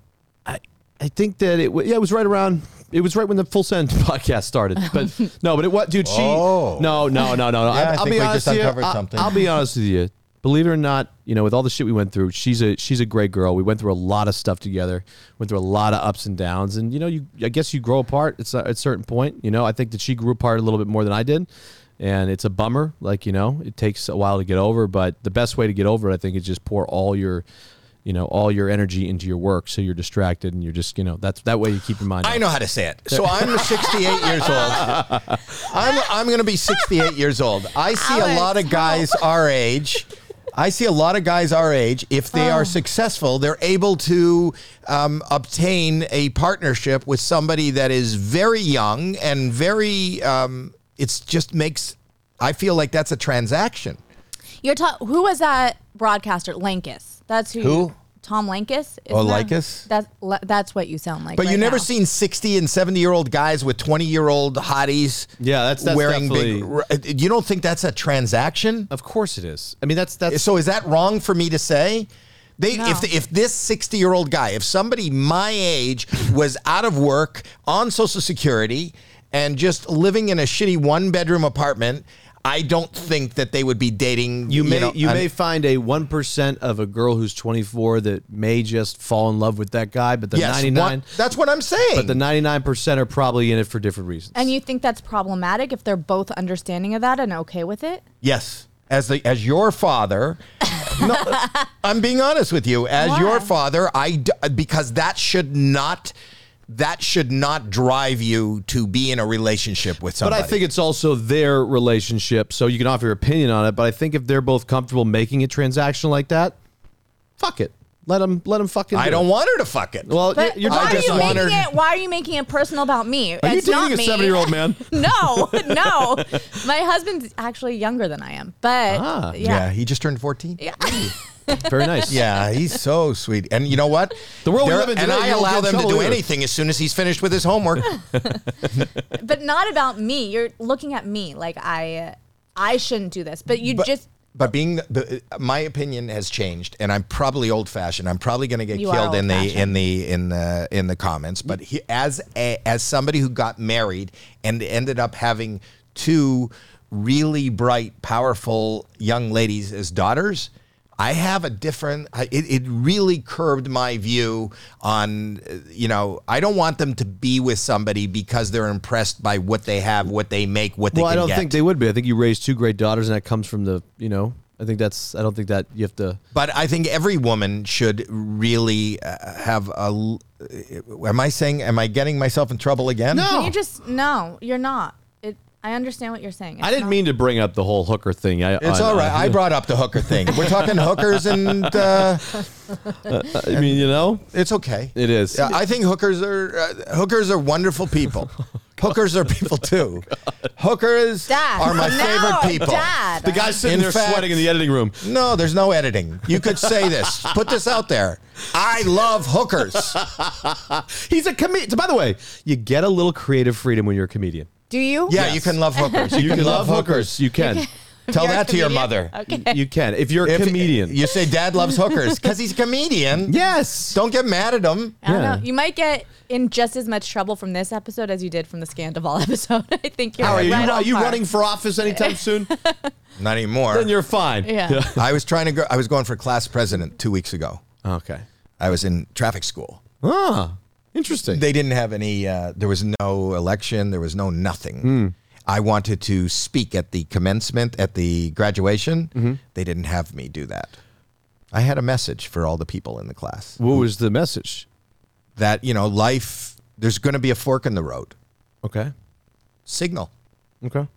A: I I think that it wa yeah, it was right around. It was right when the Full Send podcast started, but no, but it what, dude? She
B: Oh.
A: no, no, no, no, no.
B: Yeah, I
A: I, will
B: think
A: be
B: we
A: honest
B: just
A: with you.
B: uncovered
A: I-
B: something.
A: I'll be honest with you. Believe it or not, you know, with all the shit we went through, she's a she's a great girl. We went through a lot of stuff together, went through a lot of ups and downs, and you know, you I guess you grow apart at s- at a certain point. You know, I think that she grew apart a little bit more than I did, and it's a bummer. Like you know, it takes a while to get over, but the best way to get over it, I think, is just pour all your, you know, all your energy into your work, so you're distracted and you're just you know that's that way you keep your mind.
B: I
A: up.
B: know how to say it. So I'm 68 years old. I'm I'm going to be 68 years old. I see a
C: Alex,
B: lot of guys our age. I see a lot of guys our age. If they
C: Oh.
B: are successful, they're able to um, obtain a partnership with somebody that is very young and very. Um, it's just makes. I feel like that's a transaction.
C: You're ta- who was that broadcaster? Lankus. That's who.
B: Who?
C: Tom Lankus. Isn't
B: Oh,
C: that-
B: Lankus?
C: That's la- that's what you sound like.
B: But you
C: right
B: never
C: now.
B: seen 60 and 70 year old guys with 20 year old hotties.
A: Yeah, that's- that's
B: wearing
A: definitely-
B: big. r- uh, You don't think that's a transaction?
A: Of course it is. I mean, that's that's
B: So is that wrong for me to say? They,
C: No.
B: if, if this 60 year old guy, if somebody my age was out of work on Social Security and just living in a shitty one bedroom apartment, I don't think that they would be dating.
A: You may you,
B: know, an-
A: may find a one percent of a girl who's twenty four that may just fall in love with that guy, but the
B: Yes,
A: ninety
B: one,
A: nine,
B: that's what I'm saying.
A: but the ninety nine percent are probably in it for different reasons.
C: And you think that's problematic if they're both understanding of that and okay with it?
B: Yes. As the as your father, no, I'm being honest with you. As
C: Why?
B: your father, I d- because that should not that should not drive you to be in a relationship with
A: but
B: somebody.
A: I think it's also their relationship, so you can offer your opinion on it. But I think if they're both comfortable making a transaction like that, fuck it, let them let them fucking.
B: I
A: do
B: don't
A: it.
B: want her to fuck it.
A: Well,
C: But
A: you're
C: why
A: not
C: are
A: just
C: you
B: wondering-
A: wanted.
C: making it? Why are you making it personal about me?
A: Are you
C: it's not
A: dating a
C: me.
A: seventy year old man?
C: No, no. My husband's actually younger than I am, but
A: Ah.
B: yeah.
C: yeah.
B: he just turned 14. Yeah.
A: Very nice.
B: he's so sweet. And you know what?
A: The world we
B: They're-
A: live in
B: and
A: today,
B: I
A: you'll
B: allow
A: get in
B: them to
A: trouble
B: do
A: either.
B: anything as soon as he's finished with his homework.
C: But not about me. You're looking at me like I, I shouldn't do this. But you
B: But-
C: just
B: But being the, my opinion has changed, and I'm probably old fashioned. I'm probably going to get
C: You are
B: killed in the
C: old-fashioned.
B: in the in the in the comments. But he, as a, as somebody who got married and ended up having two really bright, powerful young ladies as daughters, I have a different. I- It, it really curbed my view on uh, you know I don't want them to be with somebody because they're impressed by what they have, what they make, what they
A: well, I
B: can
A: don't
B: get.
A: think they would be. I think you raised two great daughters, and that comes from the you know. I think that's. I don't think that you have to.
B: But I think every woman should really uh, have a. l- uh, Am I saying? Am I getting myself in trouble again?
C: Can you just no? You're not. It. I understand what you're saying. It's
A: I didn't
C: not-
A: mean to bring up the whole hooker thing. I,
B: It's
A: I-
B: all right. I brought up the hooker thing. We're talking hookers, and uh,
A: I mean, you know,
B: it's okay.
A: it is.
B: Yeah, I think hookers are uh, hookers are wonderful people. hookers are people too. Hookers
C: Dad,
B: are my
C: no,
B: favorite people.
C: Dad.
A: the guy's sitting
B: In
A: there
B: fact-
A: sweating in the editing room.
B: No, there's no editing. You could say this. Put this out there. I love hookers.
A: He's a comedian. By the way, you get a little creative freedom when you're a comedian.
C: Do you?
B: Yeah, you can love hookers. You, can, love hookers.
A: You can.
B: Tell
C: You're a
B: that to your
C: comedian?
B: mother.
C: Okay.
A: You can. If you're a
B: If
A: comedian.
B: You say dad loves hookers because he's a comedian.
A: yes.
B: Don't get mad at him.
C: I don't
A: Yeah.
C: know. You might get in just as much trouble from this episode as you did from the Scandival episode. I think you're
A: How are you?
C: right
A: You-
C: on
A: are you
C: par.
A: running for office anytime soon?
B: Not anymore.
A: then you're fine.
C: Yeah.
B: I was trying to go. I was going for class president two weeks ago.
A: Okay.
B: I was in traffic school.
A: Ah, interesting.
B: They didn't have any. Uh, there was no election. There was no nothing.
A: Hmm.
B: I wanted to speak at the commencement, at the graduation.
A: Mm-hmm.
B: They didn't have me do that. I had a message for all the people in the class
A: what was the message?
B: that you know, life. There's going to be a fork in the road.
A: Okay.
B: Signal.
A: Okay.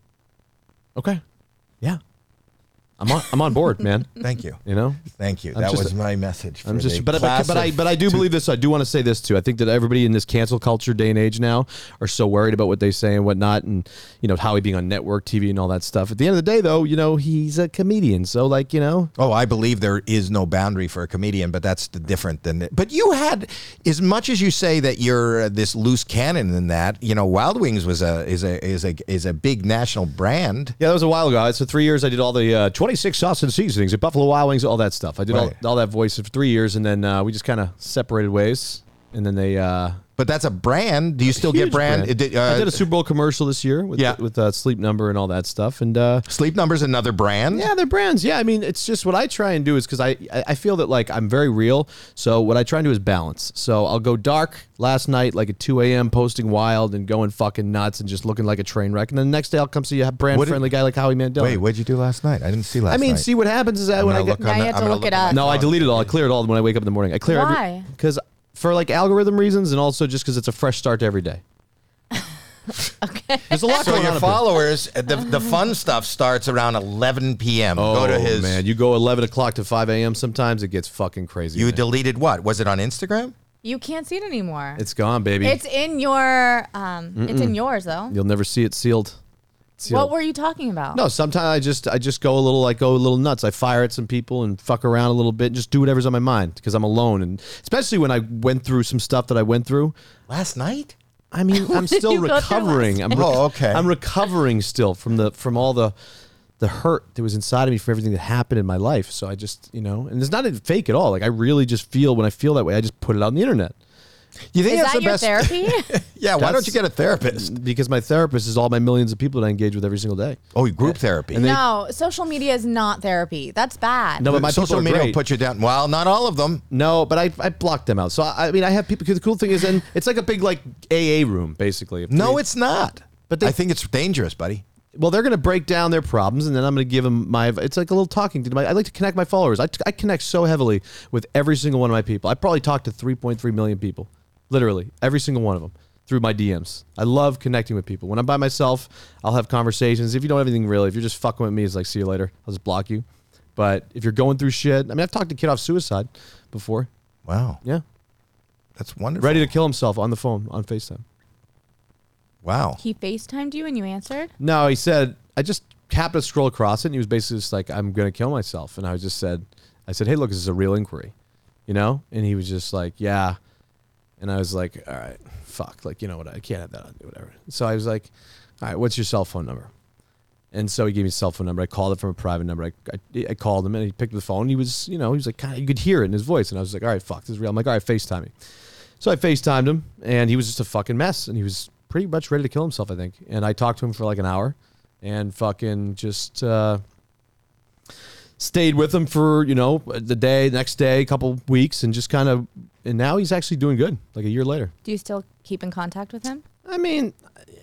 A: Okay. Yeah. I'm on, I'm on board, man.
B: Thank you.
A: You know?
B: Thank you.
A: I'm
B: that
A: just-
B: was my message. For
A: I'm just,
B: the
A: but, but,
B: class
A: but I,
B: of
A: but I do believe this. I do want to say this too. I think that everybody in this cancel culture day and age now are so worried about what they say and whatnot, and you know Howie being on network TV and all that stuff. At the end of the day, though, you know he's a comedian, so like you know,
B: Oh, I believe there is no boundary for a comedian, but that's the different than. But you had, as much as you say that you're uh, this loose cannon in that, you know, Wild Wings was a is a is a is a big national brand.
A: yeah, that was a while ago. So three years, I did all the uh, 26 sauce and seasonings at Buffalo Wild Wings, all that stuff. I did
B: Right.
A: all, all that voice for three years, and then uh, we just kind of separated ways. And then they uh,
B: But that's a brand. Do you still
A: huge
B: get brand? It did, uh,
A: I did a Super Bowl commercial this year with
B: Yeah.
A: with uh, Sleep Number and all that stuff, and uh,
B: Sleep Number's another brand.
A: Yeah, they're brands. Yeah, I mean, it's just what I try and do is because I I I feel that like I'm very real. So what I try and do is balance. So I'll go dark last night, like at 2 a.m. posting wild and going fucking nuts and just looking like a train wreck. And then the next day I'll come see a brand
B: What did-
A: friendly guy like Howie Mandel.
B: Wait, what did you do last night? I didn't see last
A: I
B: night.
A: mean, see what happens is that
B: I'm
A: when I
B: gonna
A: get
B: look on
C: Now you
B: the-
C: have
B: I'm
C: to
B: gonna
C: look it up.
A: no, I delete it all. I clear it all when I wake up in the morning. I clear
C: Why?
A: Because for like algorithm reasons and also just because it's a fresh start to every day. okay. There's a lot
B: So
A: going on.
B: your
A: up here.
B: followers, uh, the, the fun stuff starts around 11 p.m.
A: Oh
B: go to his.
A: man, you go 11 o'clock to 5 a.m. Sometimes it gets fucking crazy.
B: you
A: man.
B: deleted what? Was it on Instagram?
C: You can't see it anymore. It's
A: it's gone, baby.
C: it's in your um. It's in yours though.
A: You'll never see it sealed. Sealed.
C: What were you talking about?
A: no, sometimes I just I just go a little like go a little nuts. I fire at some people and fuck around a little bit and just do whatever's on my mind because I'm alone and especially when I went through some stuff that I went through.
B: Last night?
A: I mean, I'm still
C: you go through last
A: recovering. I'm
B: night? Oh, okay.
A: I'm recovering still from the from all the the hurt that was inside of me from everything that happened in my life. So I just, you know, and it's not fake at all. Like I really just feel when I feel that way, I just put it on the internet.
B: You think
C: Is
B: that's
C: that
B: the
C: your
B: best?
C: therapy?
B: Yeah. Why don't
A: That's-
B: you get a therapist?
A: Because my therapist is all my millions of people that I engage with every single day.
B: Oh, group therapy.
A: they-
C: no, social media is not therapy. That's bad.
A: No, but my people
B: social
A: are
B: media will
A: great.
B: put you down. Well, not all of them.
A: No, but I, I blocked them out. So I, I mean, I have people. 'cause the cool thing is, and it's like a big like AA room basically. If
B: No,
A: they-
B: it's not.
A: But
B: But
A: they-
B: I think it's dangerous, buddy.
A: well, they're gonna break down their problems, and then I'm gonna give them my. It's like a little talking to my. I like to connect my followers. I, I connect so heavily with every single one of my people. I probably talk to 3.3 million people, literally every single one of them through my DMs. I love connecting with people. When I'm by myself, I'll have conversations. If you don't have anything really, if you're just fucking with me, it's like see you later. I'll just block you. But if you're going through shit, I mean, I've talked to a kid off suicide before.
B: Wow,
A: Yeah.
B: that's wonderful.
A: ready to kill himself on the phone on FaceTime.
B: Wow.
C: He FaceTimed you and you answered.
A: No, he said, I just happened to scroll across it and he was basically just like, I'm going to kill myself. And I was just said, I said, hey, look, this is a real inquiry, you know? And he was just like, yeah. And I was like, all right, fuck. Like, you know what? I can't have that on, whatever. So I was like, all right, what's your cell phone number? And so he gave me his cell phone number. I called it from a private number. I, I, I called him and he picked up the phone. He was, you know, he was like, kind of, you could hear it in his voice. And I was like, all right, fuck, this is real. I'm like, all right, FaceTime me. So I FaceTimed him and he was just a fucking mess and he was pretty much ready to kill himself, I think. And I talked to him for like an hour and fucking just uh, stayed with him for, you know, the day, next day, a couple weeks and just kind of, and now he's actually doing good like a year later.
C: Do you still keep in contact with him?
A: I mean,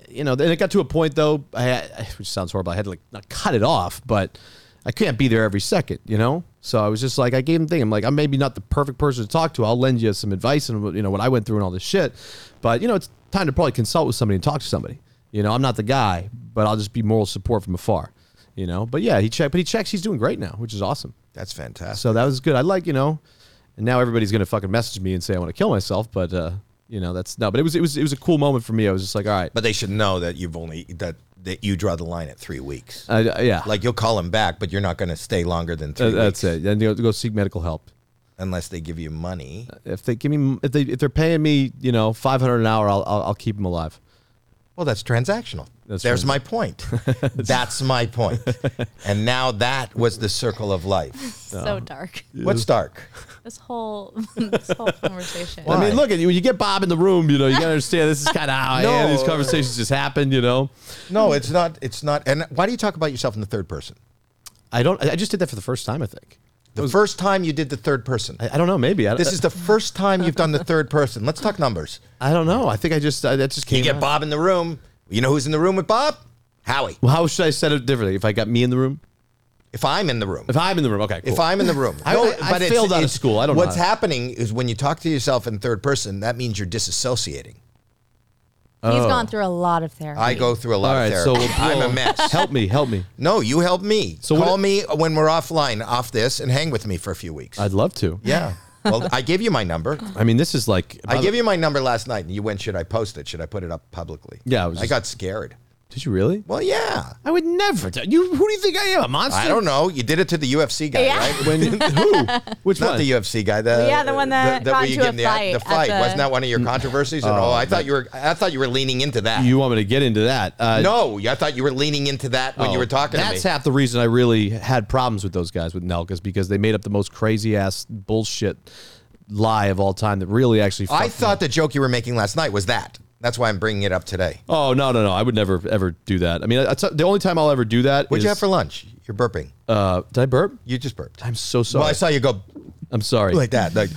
A: you know, then it got to a point though, I had, which sounds horrible. I had to like not cut it off, but I can't be there every second, you know. So I was just like, I gave him the thing. I'm like, I'm maybe not the perfect person to talk to. I'll lend you some advice and you know what I went through and all this shit, but you know, it's time to probably consult with somebody and talk to somebody. You know, I'm not the guy, but I'll just be moral support from afar. You know, but yeah, he checked, but he checks. He's doing great now, which is awesome.
B: That's fantastic.
A: So that was good. I like, you know, and now everybody's gonna fucking message me and say I want to kill myself, but uh, you know, that's no. But it was it was it was a cool moment for me. I was just like, all right,
B: but they should know that you've only that that you draw the line at three weeks.
A: uh, yeah,
B: like you'll call him back, but you're not going to stay longer than three.
A: Uh, that's
B: weeks
A: it. Then you go- go seek medical help.
B: Unless they give you money.
A: If they give me, if they if they're paying me, you know, five hundred an hour, I'll, I'll I'll keep them alive.
B: Well, that's transactional.
A: That's
B: There's my point. that's my point. And now that was the circle of life.
C: So dark.
B: What's dark?
C: This whole this whole conversation.
A: I mean,
B: Why?
A: look at you. When you get Bob in the room, you know, you gotta understand this is kind of how yeah,
B: No.
A: these conversations just happen. You know,
B: No, it's not. It's not. And why do you talk about yourself in the third person?
A: I don't. I I just did that for the first time. I think.
B: The first time you did the third person.
A: I, I don't know. Maybe I,
B: This is the first time you've done the third person. Let's talk numbers.
A: I don't know. I think I just I, that just came.
B: You get
A: out.
B: Bob in the room. You know who's in the room with Bob? Howie.
A: Well, how should I set it differently? If I got me in the room,
B: If I'm in the room.
A: if I'm in the room, okay.
B: If
A: cool.
B: I'm in the room,
A: I- I- I failed out of school. I don't know
B: What's
A: how to-
B: happening is when you talk to yourself in third person, that means you're disassociating.
A: Oh.
C: He's gone through a lot of therapy.
B: I go through a lot
A: all
B: of
A: right, so
B: therapy.
A: we'll,
B: I'm a
A: we'll-
B: mess.
A: Help me, help me.
B: No, you help me.
A: So what
B: Call
A: it-
B: me when we're offline off this and hang with me for a few weeks.
A: I'd love to.
B: yeah. Well, I gave you my number.
A: I mean, this is like
B: I gave you my number last night, and you went, "Should I post it? Should I put it up publicly?"
A: Yeah, I was just-
B: got scared.
A: Did you really?
B: Well, yeah.
A: I would never. do- you who do you think I am? A monster?
B: I don't know. You did it to the UFC guy,
C: Yeah.
B: right?
A: When who? Which
B: Not
A: one?
B: the UFC guy. The,
C: Yeah, the one that got
B: where you
C: into a
B: gave him the-
C: fight
B: The,
C: at
B: fight
C: the-
B: wasn't that one of your controversies? And, oh, I thought you were. I thought you were leaning into that.
A: Mm. you want me to get into that? Uh,
B: no, I thought you were leaning into that when you
A: Oh,
B: were talking
A: That's
B: to me.
A: half the reason I really had problems with those guys with Nelk is because they made up the most crazy ass bullshit lie of all time that really actually.
B: I
A: fucked me
B: thought the joke you were making last night was that. That's why I'm bringing it up today.
A: Oh no no no! I would never ever do that. I mean, that's the only time I'll ever do that.
B: What'd you
A: is-
B: have for lunch? You're burping.
A: Uh, did I burp?
B: You just burped.
A: I'm so sorry.
B: well, I saw you go
A: I'm sorry.
B: like that. Like,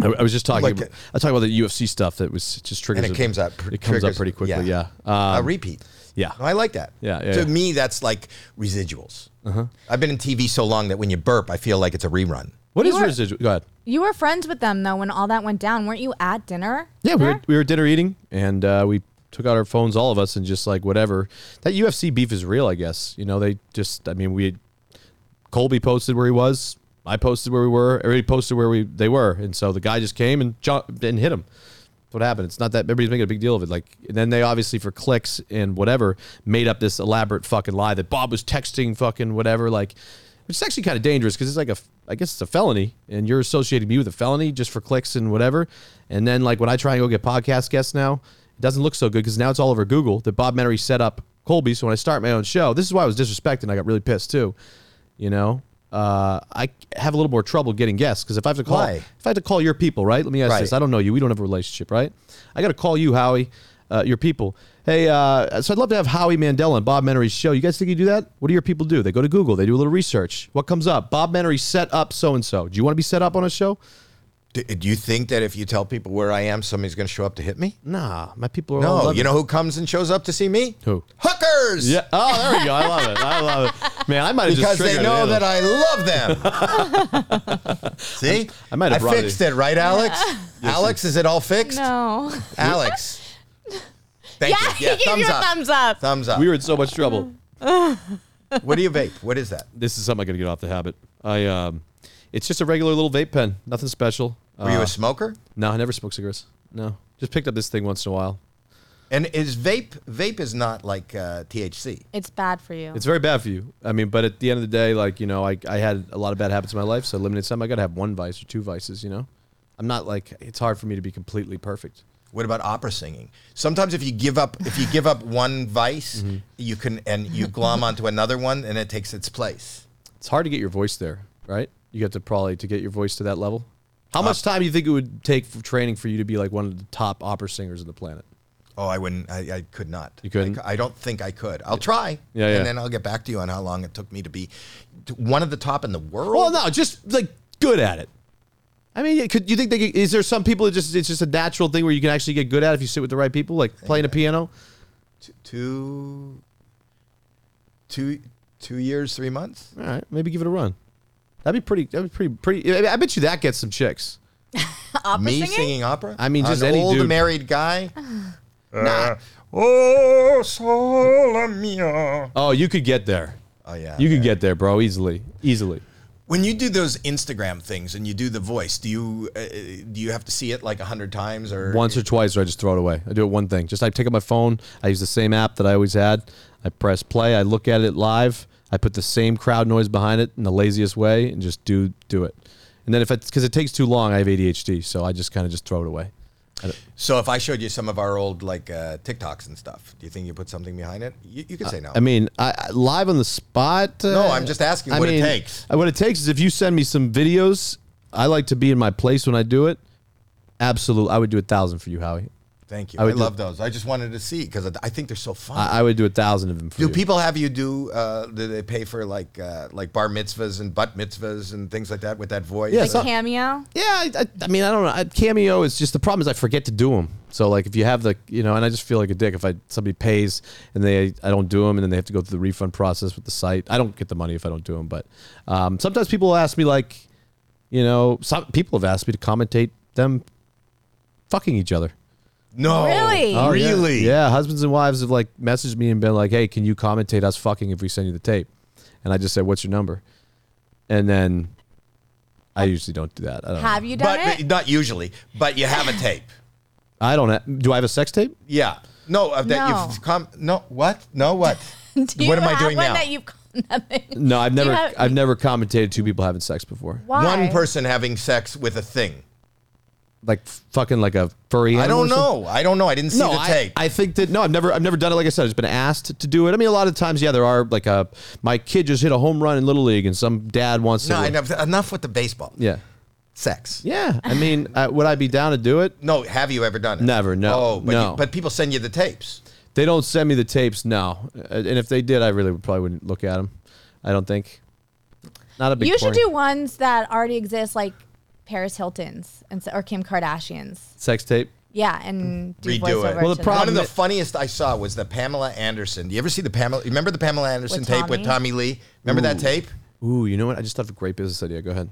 A: I, I was just talking.
B: like
A: about,
B: it.
A: I talked about the UFC stuff that was just triggers.
B: and it comes up.
A: It comes up pretty quickly. Yeah.
B: a
A: Um,
B: repeat.
A: yeah.
B: No, I like that.
A: Yeah, yeah, Uh-huh.
B: to
A: yeah.
B: me, that's like residuals. I've been in TV so long that when you burp, I feel like it's a rerun.
A: What
C: You
A: is
C: were-
A: residual? Go ahead.
C: You were friends with them though when all that went down. Weren't you at dinner?
A: Yeah, we were,
C: there?
A: we were at dinner eating, and uh, we took out our phones, all of us, and just like whatever. That UFC beef is real, I guess. You know, they just, I mean, we had, Colby posted where he was, I posted where we were, everybody posted where we they were, and so the guy just came and jumped and hit him. That's what happened. It's not that everybody's making a big deal of it. Like, and then they obviously for clicks and whatever made up this elaborate fucking lie that Bob was texting fucking whatever. Like, which is actually kind of dangerous because it's like a, f- I guess it's a felony, and you're associating me with a felony just for clicks and whatever. And then like when I try and go get podcast guests now, it doesn't look so good because now it's all over Google that Bob Menery set up Colby. So when I start my own show, this is why I was disrespecting. I got really pissed too you know uh, I have a little more trouble getting guests because if I have to call,
B: Why?
A: if I have to call your people, right? Let me ask
B: Right.
A: this. I don't know you. We don't have a relationship, right? I got to call you, Howie, uh, your people. Hey, uh, so I'd love to have Howie Mandel on Bob Menery's show. You guys think you do that? What do your people do? They go to Google. They do a little research. What comes up? Bob Menery set up so and so. Do you want to be set up on a show?
B: Do, uh, do you think that if you tell people where I am, somebody's going to show up to hit me?
A: Nah, my people are all.
B: No.
A: loving
B: You
A: it.
B: know who comes and shows up to see me?
A: Who?
B: Hookers.
A: Yeah. Oh, there we go. I love it. I love it. Man, I might have
B: Because
A: just
B: they
A: triggered
B: know
A: an
B: that
A: animal.
B: I love them. See,
A: I might have
B: I
A: brought
B: fixed it, right, Alex? Alex, is it all fixed?
C: No.
B: Alex. Thank
C: yeah,
B: you. Yeah,
C: he gave
B: thumbs
C: you a
B: up.
C: thumbs up.
B: Thumbs up.
A: we were in so much trouble.
B: What do you vape? What is that?
A: this is something I gotta get off the habit. I um, it's just a regular little vape pen, nothing special.
B: Were you
A: Uh,
B: a smoker?
A: no, I never smoked cigarettes. No, just picked up this thing once in a while.
B: And is vape vape is not like uh, THC.
C: It's bad for you.
A: It's very bad for you. I mean, but at the end of the day, like you know, I I had a lot of bad habits in my life, so limited time. I gotta have one vice or two vices. You know, I'm not like it's hard for me to be completely perfect.
B: What about opera singing? Sometimes if you give up if you give up one vice,
A: Mm-hmm.
B: you can and you glom onto another one and it takes its place.
A: It's hard to get your voice there, right? You have to probably to get your voice to that level.
B: Uh,
A: How much time do you think it would take for training for you to be like one of the top opera singers on the planet?
B: Oh, I wouldn't. I, I could not.
A: You couldn't?
B: I, cou- I don't think I could. I'll try.
A: Yeah, yeah.
B: And then I'll get back to you on how long it took me to be to one of the top in the world.
A: Well, no, just like good at it. I mean, it could you think they could, is there some people that just it's just a natural thing where you can actually get good at it if you sit with the right people, like playing a piano?
B: Two, two, two years, three months.
A: All right, maybe give it a run. That'd be pretty. That'd be pretty. Pretty. I I bet you that gets some chicks.
C: Opera
B: me
C: singing?
B: opera.
A: I mean, just
B: an
A: any
B: old
A: dude.
B: married guy. nah. Oh, sola mia.
A: Oh, you could get there.
B: Oh, yeah.
A: You could get there, bro, easily, easily.
B: When you do those Instagram things and you do the voice, do you uh, do you have to see it like a hundred times or
A: Once or twice, or I just throw it away. I do it one thing. Just I take up my phone. I use the same app that I always had. I press play. I look at it live. I put the same crowd noise behind it in the laziest way, and just do do it. And then if it's because it takes too long, I have ADHD, so I just kind of just throw it away.
B: So if I showed you some of our old like uh, TikToks and stuff, do you think you put something behind it? You, you could say no.
A: I mean, I, I live on the spot. Uh,
B: No, I'm just asking what it
A: mean,
B: takes.
A: uh, What it takes is if you send me some videos. I like to be in my place when I do it. Absolutely, I would do a thousand for you, Howie.
B: Thank you.
A: I
B: I,
A: would do-
B: love those. I just wanted to see because I think they're so fun.
A: I, I would do a thousand of them for
B: do
A: you.
B: people have you do? Uh, do they pay for like uh, like bar mitzvahs and bat mitzvahs and things like that with that voice?
A: Yeah,
B: Uh,
A: so-
C: Cameo.
A: Yeah, I, I, I mean, I don't know. I, cameo is just the problem is I forget to do them. So like, if you have the, you know, and I just feel like a dick if I somebody pays and they I don't do them, and then they have to go through the refund process with the site. I don't get the money if I don't do them. But um, sometimes people will ask me like, you know, some people have asked me to commentate them fucking each other.
B: no,
C: Really?
A: Oh, yeah.
B: really.
A: Yeah. husbands and wives have like messaged me and been like, "Hey, can you commentate us fucking if we send you the tape?" And I just said, "What's your number?" And then I usually don't do that. I don't.
C: Have you done
B: But
C: it?
B: not usually. But you have a tape.
A: I don't. Ha- do I have a sex tape?
B: Yeah. No, of that
C: No.
B: you've come. No, what? No, what?
C: Do you
B: what am I
C: have
B: doing
C: one
B: now?
C: That you've nothing.
A: No, I've
C: Do you
A: never.
C: have-
A: I've never commentated two people having sex before.
C: Why?
B: One person having sex with a thing.
A: Like f- fucking like a furry.
B: I
A: animal or
B: don't
A: something?
B: know. I don't know. I didn't see
A: No,
B: the
A: I,
B: tape.
A: I think that no, I've never, I've never done it. Like I said, it's been asked to do it. I mean, a lot of times, yeah, there are like a my kid just hit a home run in little league, and some dad wants
B: no,
A: to.
B: I never, enough with the baseball.
A: Yeah,
B: Sex.
A: yeah. I mean, uh, would I be down to do it?
B: No, have you ever done it?
A: Never, no,
B: Oh, but, you-
A: no.
B: but people send you the tapes.
A: They don't send me the tapes now, Uh, and if they did, I really would probably wouldn't look at them. I don't think. Not a big.
C: You should
A: porn-
C: do ones that already exist, like Paris Hilton's and so, or Kim Kardashian's.
A: sex tape.
C: Yeah, and do
B: Redo
C: voiceover
B: it. Well,
A: the
C: to
A: problem-
B: One
C: them.
B: of the
A: that-
B: funniest I saw was the Pamela Anderson. Do you ever see the Pamela? Remember the Pamela Anderson tape with Tommy
C: Tommy?
B: Lee? Remember that tape?
A: Ooh, you know what? I just thought of a great business idea. Go ahead.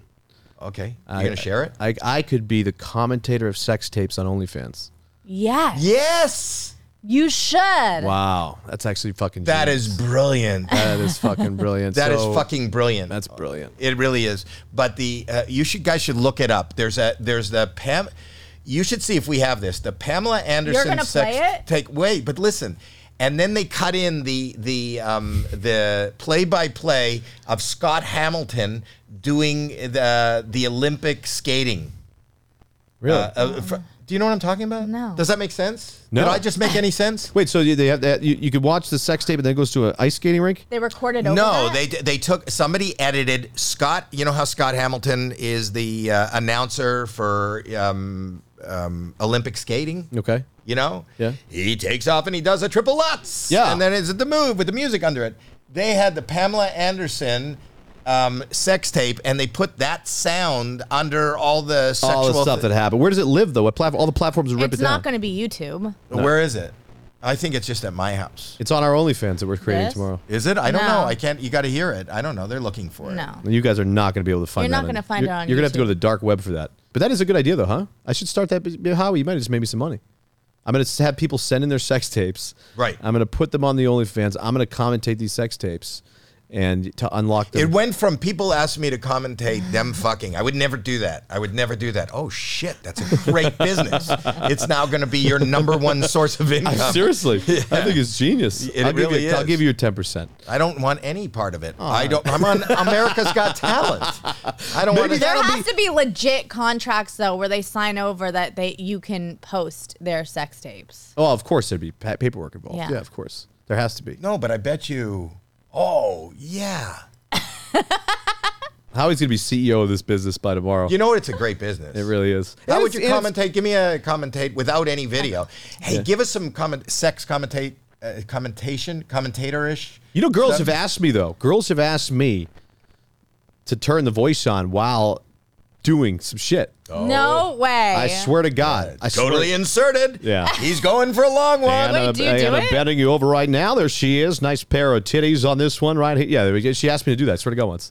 B: Okay. You're going to share it?
A: I, I could be the commentator of sex tapes on OnlyFans.
C: Yes,
B: yes.
C: you should.
A: Wow, that's actually fucking.
B: That
A: genius.
B: is brilliant. That
A: that is fucking brilliant.
B: is
A: So,
B: fucking brilliant.
A: That's brilliant.
B: It really is. But the uh, you should guys should look it up. There's a there's the Pam. You should see if we have this. The Pamela Anderson
C: gonna
B: sex
C: play it?
B: take. Wait, but listen. And then they cut in the the um, the play by play of Scott Hamilton doing the the Olympic skating.
A: Really?
B: Uh, uh, fr- do you know what I'm talking about?
C: No.
B: Does that make sense?
A: No.
B: Did I just make any sense?
A: Wait, so you- they have that? You, you could watch the sex tape and then it goes to an ice skating rink.
C: They recorded over.
B: No,
C: that?
B: they they took somebody edited Scott. You know how Scott Hamilton is the uh, announcer for um, um, Olympic skating.
A: Okay.
B: You know,
A: Yeah.
B: He takes off and he does a triple lutz.
A: Yeah.
B: and then is the move with the music under it. They had the Pamela Anderson um, sex tape, and they put that sound under all the sexual
A: All the stuff
B: thi-
A: that happened. Where does it live though? What platform? All the platforms rip
C: It's
A: it down.
C: not going to be YouTube.
B: Where is it? I think it's just at my house.
A: it's on our OnlyFans that we're creating
C: This?
A: tomorrow.
B: Is it? I don't
C: No.
B: know. I can't. You got to hear it. I don't know. They're looking for it.
C: No.
A: You guys are not going to be able to find.
C: You're
A: that
C: not gonna
A: on-
C: find it
A: you're,
C: on
A: You're gonna have to go
C: YouTube.
A: to the dark web for that. But that is a good idea though, huh? I should start that. but- Howie, you might have just made me some money. I'm gonna have people send in their sex tapes.
B: Right.
A: I'm gonna put them on the OnlyFans. I'm gonna commentate these sex tapes, and to unlock them.
B: It went from people asked me to commentate them fucking. I would never do that. I would never do that. Oh shit, that's a great business. It's now going to be your number one source of income.
A: Seriously, I think it's genius.
B: It
A: I'll,
B: really
A: give you, I'll
B: is.
A: give you your ten percent.
B: I don't want any part of it. I don't. I'm on America's Got Talent. I don't want.
C: There has to be legit contracts though, where they sign over that they you can post their sex tapes.
A: Oh, of course there'd be pa- paperwork involved. Yeah.
C: Yeah.
A: of course there has to be.
B: No, but I bet you. Oh yeah.
A: Howie's gonna be CEO of this business by tomorrow.
B: You know it's a great business.
A: it really is.
B: How
A: And
B: would you
A: it's- and it's-
B: commentate? Give me a commentate without any video. Hey, give us some comment sex commentate uh, commentation commentator ish.
A: You know, girls have asked me though. Girls have asked me to turn the voice on while doing some shit.
C: Oh.
B: Oh.
C: No way.
A: I swear to God, I swear-
B: Totally inserted.
A: Yeah.
B: He's going for a long one.
A: And,
C: Oh, Wait,
A: I'm-
C: do you
A: and
C: do
A: I'm
C: it?
A: betting you over right now. There she is. Nice pair of titties on this one right here. Yeah, she asked me to do that. I swear to God, once.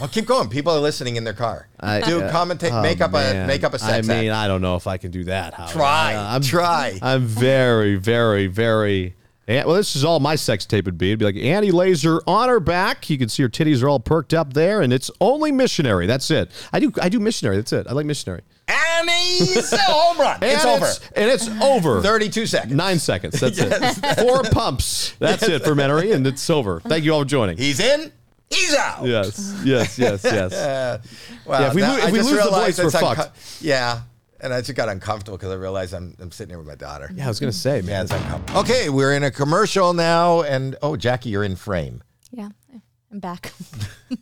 B: Well, keep going. People are listening in their car.
A: I-
B: Do
A: uh,
B: commentate,
A: oh,
B: make up a
A: man.
B: make up a sex
A: I mean,
B: act.
A: I don't know if I can do that. Howard.
B: Try,
A: Uh, I'm,
B: try.
A: I'm very, very, very. and- Well, this is all my sex tape would be. It'd be like Annie Laser on her back. You can see her titties are all perked up there, and it's only missionary. That's it. I do, I do missionary. That's it. I like missionary.
B: Annie's a home run.
A: And
B: It's over.
A: and it's over.
B: Thirty-two seconds.
A: Nine seconds. That's it. Four pumps. That's it for Menary, and it's over. Thank you all for joining.
B: He's in. He's out.
A: yes, yes, yes, yes.
B: Wow,
A: Yeah, if we
B: that-
A: lo- if
B: I
A: we lose
B: just
A: the
B: realized
A: voice,
B: that's
A: we're
B: unco-
A: fucked.
B: Yeah, and I just got uncomfortable because I realized I'm, I'm sitting here with my daughter.
A: Yeah, I was gonna say,
B: Yeah,
A: man.
B: it's uncomfortable. Okay, we're in a commercial now, and oh, Jackie, you're in frame.
C: Yeah, I'm back.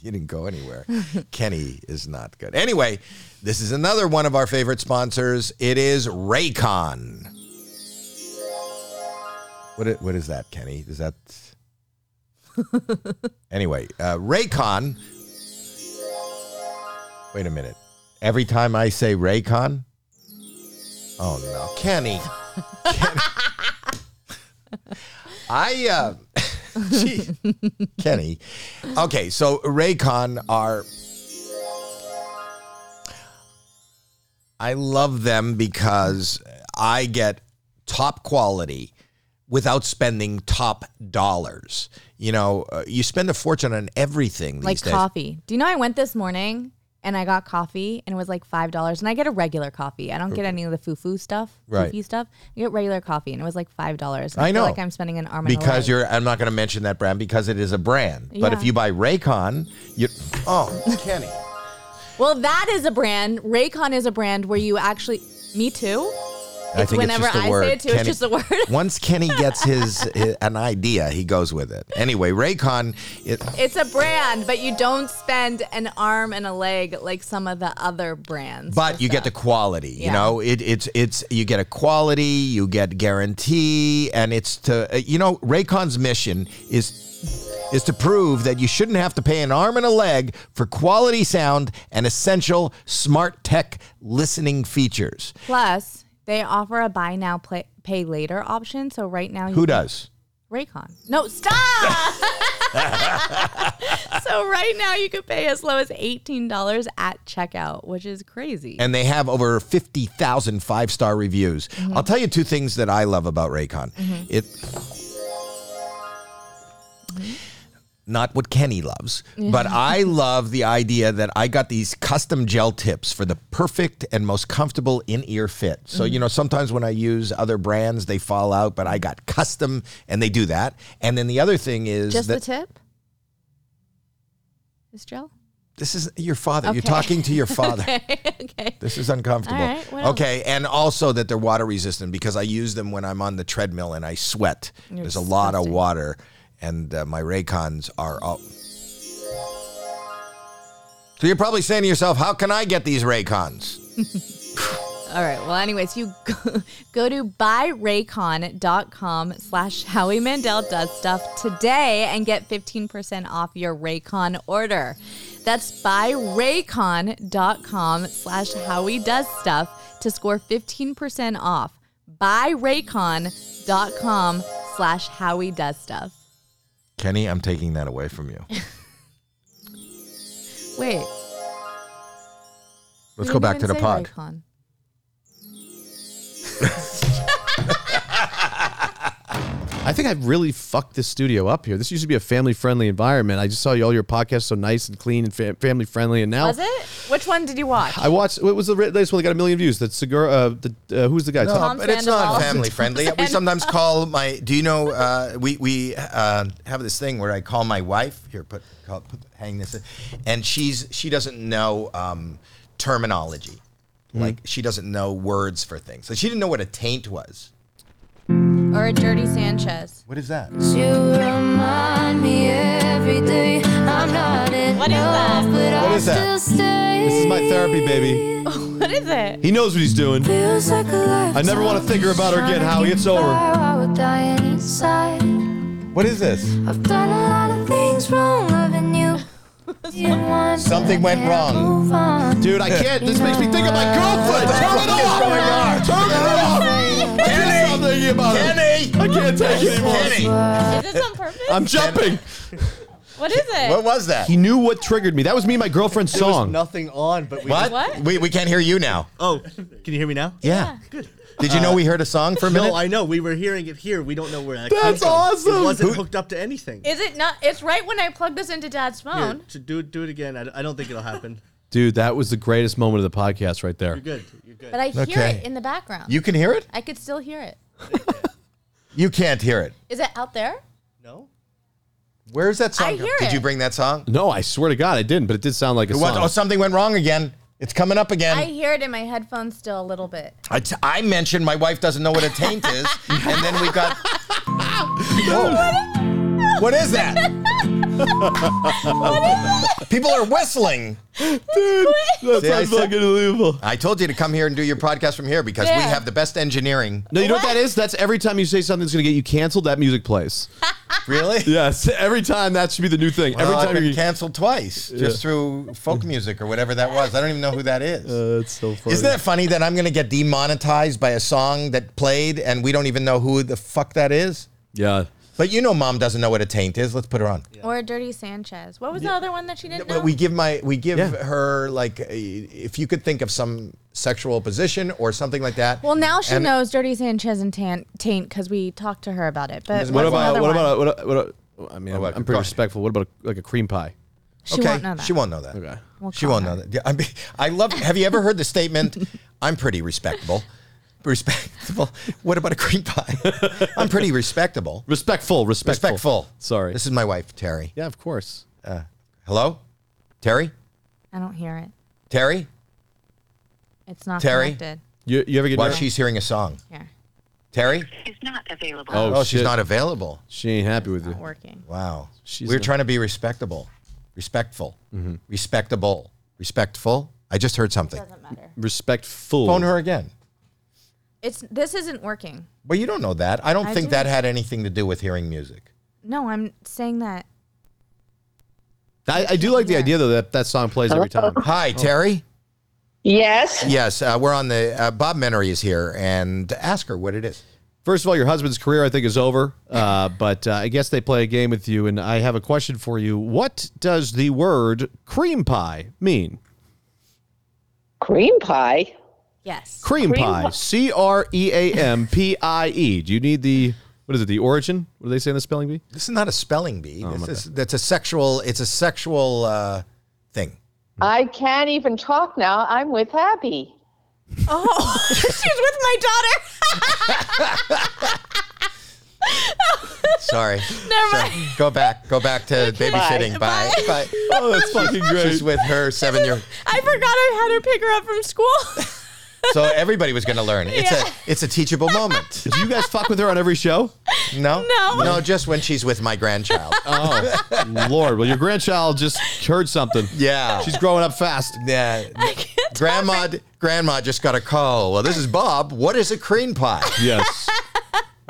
B: You didn't go anywhere. Kenny is not good. Anyway, this is another one of our favorite sponsors. It is Raycon. What i- what is that, Kenny? Is that anyway? Uh, Raycon. Wait a minute. Every time I say Raycon, oh no, Kenny. Kenny. I uh, gee. Kenny. Okay, so Raycon are. I love them because I get top quality without spending top dollars. You know, uh, you spend a fortune on everything these
C: like
B: days.
C: coffee. Do you know I went this morning and I got coffee and it was like five dollars. And I get a regular coffee. I don't get any of the foo foo stuff,
B: Right.
C: foofy stuff. I get regular coffee and it was like five dollars.
B: I know.
C: feel like I'm spending an arm and a
B: Because
C: leg.
B: you're, I'm not going to mention that brand because it is a brand. But if
C: Yeah.
B: you buy Raycon, you, oh, Kenny.
C: well, that is a brand. Raycon is a brand where you actually. Me too.
B: I think
C: whenever
B: it's just a
C: I say
B: word.
C: it too, it's just a word.
B: once Kenny gets his, his an idea, he goes with it. Anyway, Raycon, it,
C: It's a brand, but you don't spend an arm and a leg like some of the other brands.
B: but
C: for
B: you get the
C: stuff.
B: quality. You
C: Yeah.
B: know, it, it's it's you get a quality, you get guarantee, and it's to uh, you know Raycon's mission is is to prove that you shouldn't have to pay an arm and a leg for quality sound and essential smart tech listening features.
C: plus they offer a buy now play, pay later option. So right now, you
B: Who
C: can-
B: does?
C: Raycon. No, stop! so right now you could pay as low as $18 at checkout, which is crazy.
B: and they have over 50,000 five star reviews.
C: Mm-hmm.
B: I'll tell you two things that I love about Raycon. It
C: Mm-hmm.
B: not what Kenny loves, but I love the idea that I got these custom gel tips for the perfect and most comfortable in ear fit. So,
C: Mm-hmm.
B: you know, sometimes when I use other brands, they fall out, but I got custom and they do that. And then the other thing is
C: Just the
B: that
C: tip? This gel?
B: this is your father. You're
C: Okay.
B: talking to your father.
C: okay.
B: This is uncomfortable.
C: All right, what else?
B: okay, and also that they're water resistant because I use them when I'm on the treadmill and I sweat.
C: You're
B: There's a lot of
C: disgusting.
B: water, and uh, my Raycons are all. So you're probably saying to yourself, "How can I get these Raycons?"
C: All right. Well, anyways, you go, go to buyraycon.com slash Howie Mandel does stuff today and get 15% off your Raycon order. That's buyraycon.com slash Howie does stuff to score 15% off. Buyraycon.com slash Howie does stuff.
B: Kenny, I'm taking that away from you.
C: Wait. we
B: Let's
C: didn't
B: go back
C: even
B: to the
C: say
B: pod.
C: Raycon.
A: I think I've really fucked this studio up here. This used to be a family friendly environment. I just saw you, all your podcasts so nice and clean and fam- family friendly, and now
C: Was it? Which one did you watch?
A: I watched. What was the ri- latest one that got a million views? That cigar. Uh, the uh, who's the guy?
B: No,
A: Tom-
C: Tom
B: but it's not
C: Sandoval.
B: family friendly. We sometimes call my. Do you know? Uh, we we uh, have this thing where I call my wife. Here, put, call, put hang this, in, and she's she doesn't know um, terminology. Like she doesn't know words for things. So she didn't know what a taint was.
C: or a Dirty Sanchez?
B: What is that?
C: What is that?
B: What is that?
A: This is my therapy, baby.
C: What is it?
A: He knows what he's doing. I never want to think about her again, Howie. It's over.
B: What is this? Something went wrong.
A: Dude, I can't. This makes me think of my girlfriend. Turn it off. Turn it off. Do something about it.
B: Kenny!
A: I can't take it anymore.
B: Kenny!
C: Is this on purpose?
A: I'm jumping.
C: What is it?
B: What was that?
A: He knew what triggered me. That was me and my girlfriend's
E: There was
A: song.
E: nothing on, but we.
B: what?
C: What?
B: We, we can't hear you now.
E: Oh, can you hear me now?
B: Yeah.
E: Good.
B: Did you know we heard a song for a minute?
E: No, I know. We were hearing it here. We don't know where that
A: That's
E: came from.
A: awesome.
E: It wasn't
A: Who-
E: hooked up to anything.
C: Is it not? It's right when I plug this into Dad's
E: Here,
C: phone.
E: to do it, do it again. I, I don't think it'll happen.
A: Dude, that was the greatest moment of the podcast right there.
E: You're good. You're good.
C: But I hear
B: Okay.
C: it in the background.
B: you can hear it?
C: I could still hear it.
B: You can't hear it.
C: Is it out there?
E: no.
B: Where's that song?
C: I hear
B: Did you
C: it.
B: bring that song?
A: No, I swear to God, I didn't, but it did sound like a
B: What-
A: song.
B: oh, something went wrong again. It's coming up again.
C: I hear it in my headphones still a little bit.
B: I, t- I mentioned my wife doesn't know what a taint is, and then we got. Whoa. What is that? People are whistling.
A: That's
B: See, I said-
A: unfucking unbelievable.
B: I told you to come here and do your podcast from here because we
C: Yeah.
B: have the best engineering.
A: No, you know what
C: What?
A: that is? That's every time you say something that's going to get you canceled, that music plays.
B: Really?
A: Yes, every time that should be the new thing.
B: Well,
A: every
B: I've
A: time
B: been
A: you
B: canceled twice just through folk music or whatever that was. I don't even know who that is.
A: That's so funny.
B: Isn't that funny that I'm going to get demonetized by a song that played and we don't even know who the fuck that is?
A: Yeah.
B: But you know, mom doesn't know what a taint is. Let's put her on.
C: Or Dirty Sanchez. What was the other one that she didn't know?
B: But we give my we give
A: Yeah.
B: her like a, if you could think of some sexual position or something like that.
C: well, now she
B: And-
C: knows Dirty Sanchez and tan- Taint because we talked to her about it. But
A: What
C: what's
A: about
C: another
A: what
C: one?
A: about, what about what about- Oh, I mean, I'm,
B: about-
A: I'm
B: go
A: pretty
B: ahead.
A: respectful. What about a, like a cream pie?
C: She
B: okay,
C: won't know that.
B: She won't know that.
A: Okay.
C: We'll
B: she
C: call
B: won't
C: her.
B: know that. Yeah, I, mean, I love. Have you ever heard the statement? I'm pretty respectable. Respectable. What about a cream pie? I'm pretty respectable.
A: Respectful, respectful.
B: Respectful.
A: Sorry.
B: This is my wife, Terry.
A: yeah, of course.
B: Hello, Terry.
C: I don't hear it.
B: Terry.
C: It's not
B: Terry?
C: connected.
A: You, you ever get
B: Why
A: nervous?
B: she's hearing a song?
C: Here,
B: Terry.
H: is not available.
A: Oh,
B: Oh, she's
A: shit.
B: not available.
A: She ain't happy with you.
C: not working.
B: Wow.
A: She's a-
B: We're
A: Mm-hmm.
B: trying to be respectable, respectful, respectable, respectful. I just heard something.
C: Doesn't matter.
A: Respectful.
B: Phone her again.
C: It's this isn't working.
B: Well, you don't know that. I don't
C: I
B: think
C: do.
B: that had anything to do with hearing music.
C: No, I'm saying that.
A: I, I do like the
C: Yeah.
A: idea though that that song plays every time.
B: Hi, Terry.
I: Yes.
B: Yes, uh, we're on the uh, Bob Menery is here, and ask her what it is.
A: First of all, your husband's career, I think, is over. Uh, but uh, I guess they play a game with you, and I have a question for you. What does the word cream pie mean?
I: Cream pie.
C: Yes.
A: Cream,
I: Cream
A: pie.
I: pie.
A: C R E A M P I E. Do you need the what is it? The origin? What do they say in the spelling bee?
B: This is not a spelling
A: Oh,
B: bee. this is, that's a sexual. It's a sexual uh, thing.
I: I can't even talk now. I'm with Happy.
C: Oh, she's with my daughter.
B: Sorry.
C: Never
B: So,
C: mind.
B: go back. Go back to babysitting. Bye. Bye.
A: Oh, that's fucking
B: She's with her seven year.
C: I forgot I had her pick her up from school.
B: So everybody was going to learn. It's
C: Yeah.
B: a it's a teachable moment.
A: Do you guys fuck with her on every show?
B: No,
C: No.
B: no, just when she's with my grandchild.
A: Oh, Lord. Well, your grandchild just heard something.
B: yeah,
A: She's growing up fast.
B: yeah. Grandma, grandma just got a call. Well, this is Bob. What is a cream pie?
A: Yes.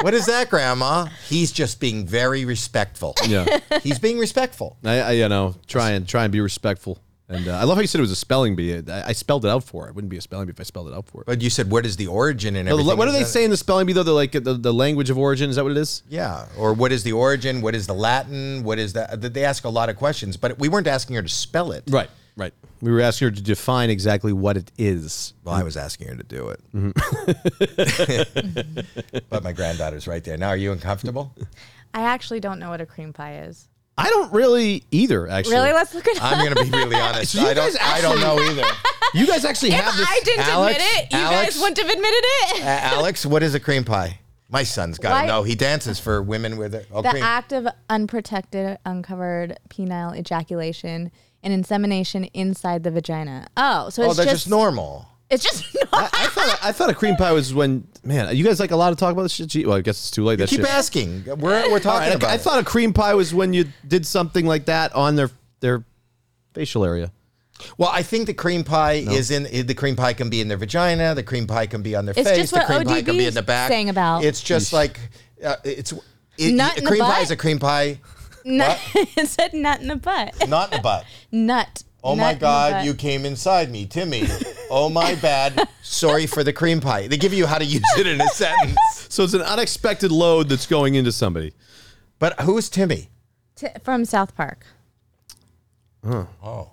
B: What is that, Grandma? He's just being very respectful.
A: Yeah.
B: He's being respectful.
A: I, I you know, try and try and be respectful. And uh, I love how you said it was a spelling bee. I, I spelled it out for her. It wouldn't be a spelling bee if I spelled it out for her.
B: But you said, what is the origin and
A: No, the-
B: everything?
A: what do
B: Is
A: they
B: that-
A: say in the spelling bee though? The like the, the language of origin is that what it is?
B: Yeah, or what is the origin? What is the Latin? What is that? They ask a lot of questions, but we weren't asking her to spell it.
A: Right, right. We were asking her to define exactly what it is.
B: Well, I was asking her to do it. Mm-hmm. but my granddaughter's right there. Now, are you uncomfortable?
C: I actually don't know what a cream pie is.
A: I don't really either. Actually,
C: Really? Let's look at.
B: I'm going to be really honest.
A: So you
B: I don't.
A: guys
B: I don't know
A: actually-
B: either.
A: you guys actually
C: If
A: have this.
C: I didn't
B: Alex-
C: admit it, you
B: Alex-
C: guys wouldn't have admitted it.
B: A- Alex, what is a cream pie? My son's got
C: Why-
B: to know. He dances for women with a oh,
C: the
B: cream.
C: act of unprotected, uncovered penile ejaculation and insemination inside the vagina. Oh, so
B: oh,
C: it's
B: that's
C: just,
B: just normal.
C: It's just not.
A: I thought I thought a cream pie was when man. You guys like a lot of talk about this shit. Gee, Well, I guess it's too late. That
B: Keep
A: shit.
B: asking. We're, we're
A: All
B: talking
A: right,
B: about.
A: I, I
B: it.
A: thought a cream pie was when you did something like that on their their facial area.
B: Well, I think the cream pie is in the cream pie can be in their vagina. The cream pie can be on their
C: It's
B: face.
C: just
B: the
C: what
B: cream pie can be
C: ODB
B: in the back.
C: saying about.
B: It's just like uh, it's it,
C: Nut
B: a
C: in the
B: cream pie
C: butt?
B: is a cream pie,
C: nut. it said nut in the butt.
B: not in the butt.
C: Nut.
B: Oh
C: Nut
B: my
C: in the
B: God,
C: butt.
B: you came inside me, Timmy. Oh my bad. Sorry for the cream pie. They give you how to use it in a sentence.
A: So it's an unexpected load that's going into somebody.
B: But who's Timmy?
C: T- from South Park.
H: Oh.